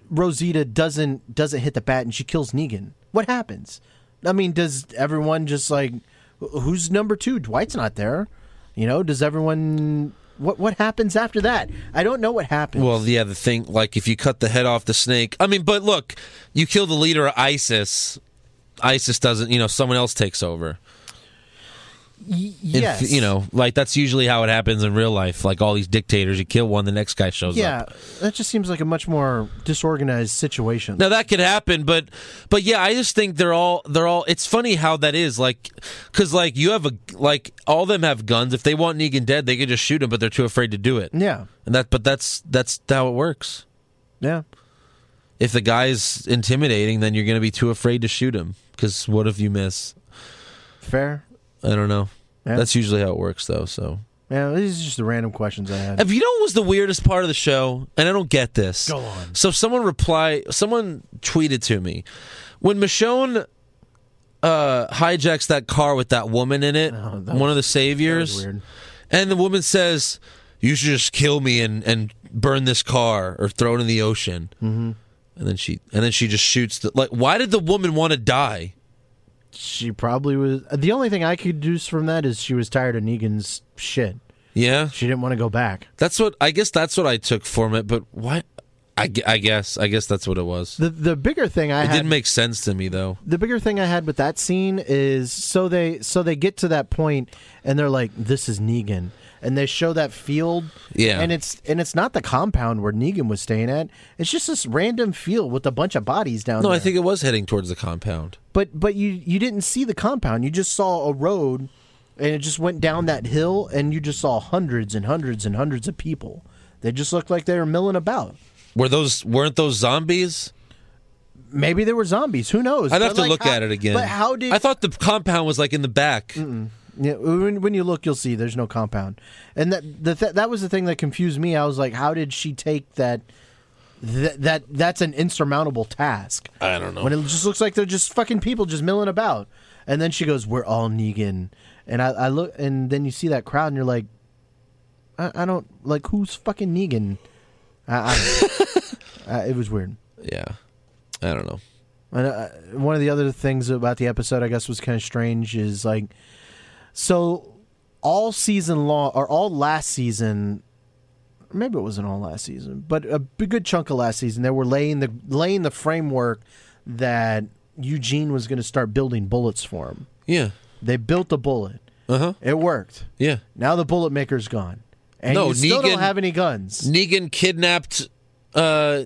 Speaker 3: Rosita doesn't doesn't hit the bat and she kills Negan. What happens? I mean, does everyone just like wh- who's number 2? Dwight's not there. You know, does everyone what what happens after that? I don't know what happens.
Speaker 2: Well, yeah, the thing like if you cut the head off the snake. I mean, but look, you kill the leader of ISIS. ISIS doesn't, you know, someone else takes over.
Speaker 3: Y-
Speaker 2: In-
Speaker 3: yes.
Speaker 2: you know, like that's usually how it happens in real life. Like all these dictators, you kill one, the next guy shows up.
Speaker 3: yeah, that just seems like a much more disorganized situation.
Speaker 2: Now that could happen, but but yeah, I just think they're all they're all. It's funny how that is like, because like you have a like all of them have guns. If they want Negan dead, they could just shoot him, but they're too afraid to do it.
Speaker 3: Yeah.
Speaker 2: and that but that's that's how it works.
Speaker 3: Yeah.
Speaker 2: If the guy's intimidating, then you're gonna be too afraid to shoot him. Because what if you miss?
Speaker 3: Fair.
Speaker 2: I don't know.
Speaker 3: Yeah.
Speaker 2: That's usually how it works, though. So
Speaker 3: Yeah, these are just the random questions I had.
Speaker 2: If you know what was the weirdest part of the show, and I don't get this.
Speaker 3: Go on.
Speaker 2: So someone reply, someone tweeted to me when Michonne uh, hijacks that car with that woman in it, one
Speaker 3: Oh, that
Speaker 2: of the saviors,
Speaker 3: weird.
Speaker 2: and the woman says, "You should just kill me and and burn this car or throw it in the ocean." Mm-hmm. And then she and then she just shoots the like. Why did the woman want to die?
Speaker 3: She probably was. The only thing I could deduce from that is she was tired of Negan's shit.
Speaker 2: Yeah,
Speaker 3: She didn't want to go back.
Speaker 2: that's what I guess. That's what I took from it. But why? I, gue- I guess I guess that's what it was.
Speaker 3: The the bigger thing I
Speaker 2: It
Speaker 3: had
Speaker 2: didn't make sense to me though.
Speaker 3: the bigger thing I had with that scene is so they so they get to that point and they're like, "This is Negan," and they show that field.
Speaker 2: Yeah.
Speaker 3: and it's and it's not the compound where Negan was staying at. It's just this random field with a bunch of bodies down
Speaker 2: No,
Speaker 3: there.
Speaker 2: I think it was heading towards the compound.
Speaker 3: but but you you didn't see the compound. You just saw a road, and it just went down that hill, and you just saw hundreds and hundreds and hundreds of people. They just looked like they were milling about.
Speaker 2: Were those weren't those zombies?
Speaker 3: Maybe there were zombies. Who knows?
Speaker 2: I'd have
Speaker 3: But,
Speaker 2: to
Speaker 3: like,
Speaker 2: look
Speaker 3: how-
Speaker 2: at it again.
Speaker 3: But how did
Speaker 2: I thought the compound was like in the back?
Speaker 3: Yeah, when, when you look, you'll see there's no compound, and that the th- that was the thing that confused me. I was like, how did she take that? Th- that that's an insurmountable task.
Speaker 2: I don't know.
Speaker 3: When it just looks like they're just fucking people just milling about, And then she goes, "We're all Negan," and I, I look, and then you see that crowd, and you're like, "I, I don't like who's fucking Negan." I, I, I, it was weird.
Speaker 2: Yeah. I don't know.
Speaker 3: And uh, one of the other things about the episode, I guess, was kind of strange is like, so all season long, or all last season, maybe it wasn't all last season, but a big, good chunk of last season, they were laying the laying the framework that Eugene was going to start building bullets for him.
Speaker 2: Yeah.
Speaker 3: They built the bullet.
Speaker 2: Uh huh.
Speaker 3: It worked.
Speaker 2: Yeah.
Speaker 3: Now the bullet maker's gone, and
Speaker 2: No,
Speaker 3: you still
Speaker 2: Negan-
Speaker 3: don't have any guns.
Speaker 2: Negan kidnapped uh,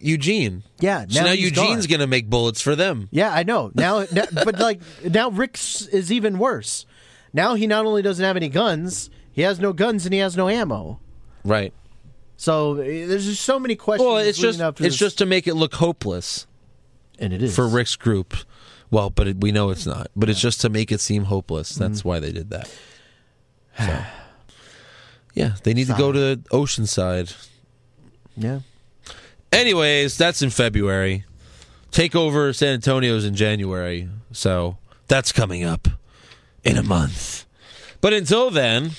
Speaker 2: Eugene.
Speaker 3: Yeah.
Speaker 2: So now,
Speaker 3: he's
Speaker 2: Eugene's
Speaker 3: gone.
Speaker 2: gonna make bullets for them.
Speaker 3: Yeah, I know. Now, now but like now Rick's is even worse. Now he not only doesn't have any guns, he has no guns and he has no ammo.
Speaker 2: Right.
Speaker 3: So eh, there's just so many questions.
Speaker 2: Well, it's
Speaker 3: leading
Speaker 2: just
Speaker 3: up
Speaker 2: it's
Speaker 3: to this-
Speaker 2: just to make it look hopeless
Speaker 3: and it is
Speaker 2: for Rick's group. Well, but it, we know it's not. But it's just to make it seem hopeless. That's why they did that. So. Yeah, they need to go to Oceanside.
Speaker 3: Yeah,
Speaker 2: Anyways, that's in February. Take over San Antonio's in January. So that's coming up in a month. But until then,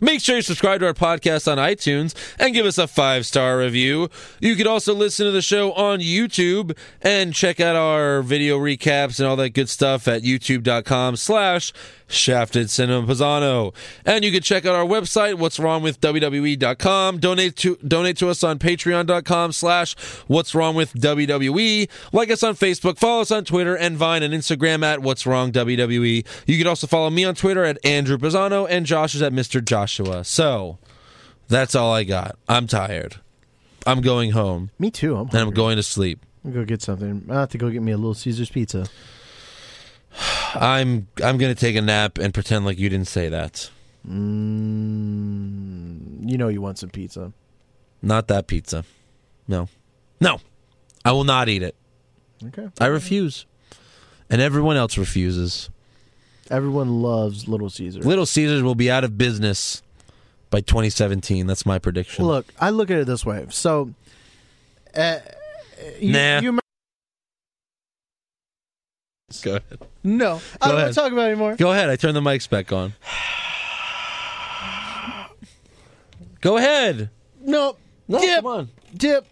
Speaker 2: make sure you subscribe to our podcast on iTunes and give us a five star review. You could also listen to the show on YouTube and check out our video recaps and all that good stuff at youtube.com slash shafted cinema pisano. And you can check out our website, what's wrong with WWE.com. Donate to donate to us on patreon.com slash what's wrong with WWE. Like us on Facebook, follow us on Twitter and Vine and Instagram at what's wrong WWE. You can also follow me on Twitter at Andrew Pisano and Josh is at Mr. Joshua. So that's all I got. I'm tired. I'm going home
Speaker 3: me too. I'm
Speaker 2: and
Speaker 3: gonna
Speaker 2: I'm going to sleep.
Speaker 3: go get something. I have to go get me a little Caesar's pizza.
Speaker 2: I'm I'm gonna take a nap and pretend like you didn't say that.
Speaker 3: Mm, You know you want some pizza.
Speaker 2: Not that pizza. No. No. I will not eat it.
Speaker 3: Okay.
Speaker 2: I refuse. And everyone else refuses.
Speaker 3: Everyone loves Little Caesar.
Speaker 2: Little Caesars will be out of business by 2017. That's my prediction.
Speaker 3: Look, I look at it this way. So, uh, you,
Speaker 2: Nah.
Speaker 3: you-
Speaker 2: Go ahead.
Speaker 3: no, I don't want
Speaker 2: ahead.
Speaker 3: to talk about it anymore.
Speaker 2: Go ahead. I turn the mics back on. Go ahead.
Speaker 3: No,
Speaker 2: No,
Speaker 3: dip,
Speaker 2: come on.
Speaker 3: dip.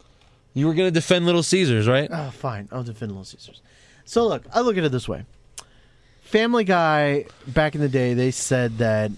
Speaker 2: You were going to defend Little Caesars, right?
Speaker 3: Oh, fine. I'll defend Little Caesars. So look, I look at it this way. Family Guy back in the day, they said that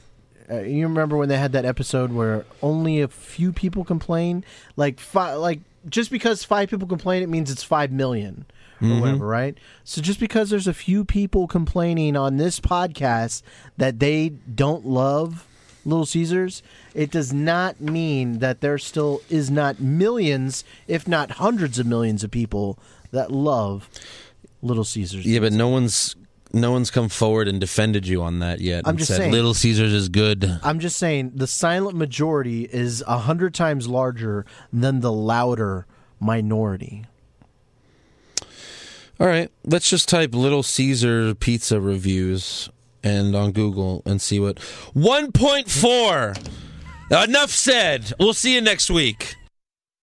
Speaker 3: uh, you remember when they had that episode where only a few people complain, like five, like just because five people complain, it means it's five million or whatever, right? So just because there's a few people complaining on this podcast that they don't love Little Caesars, it does not mean that there still is not millions, if not hundreds of millions of people that love Little Caesars.
Speaker 2: Yeah, but no one's no one's come forward and defended you on that yet.
Speaker 3: I'm
Speaker 2: and
Speaker 3: just
Speaker 2: said,
Speaker 3: saying.
Speaker 2: Little Caesars is good.
Speaker 3: I'm just saying the silent majority is a hundred times larger than the louder minority.
Speaker 2: All right, let's just type Little Caesar pizza reviews and on Google and see what 1.4. Enough said. We'll see you next week.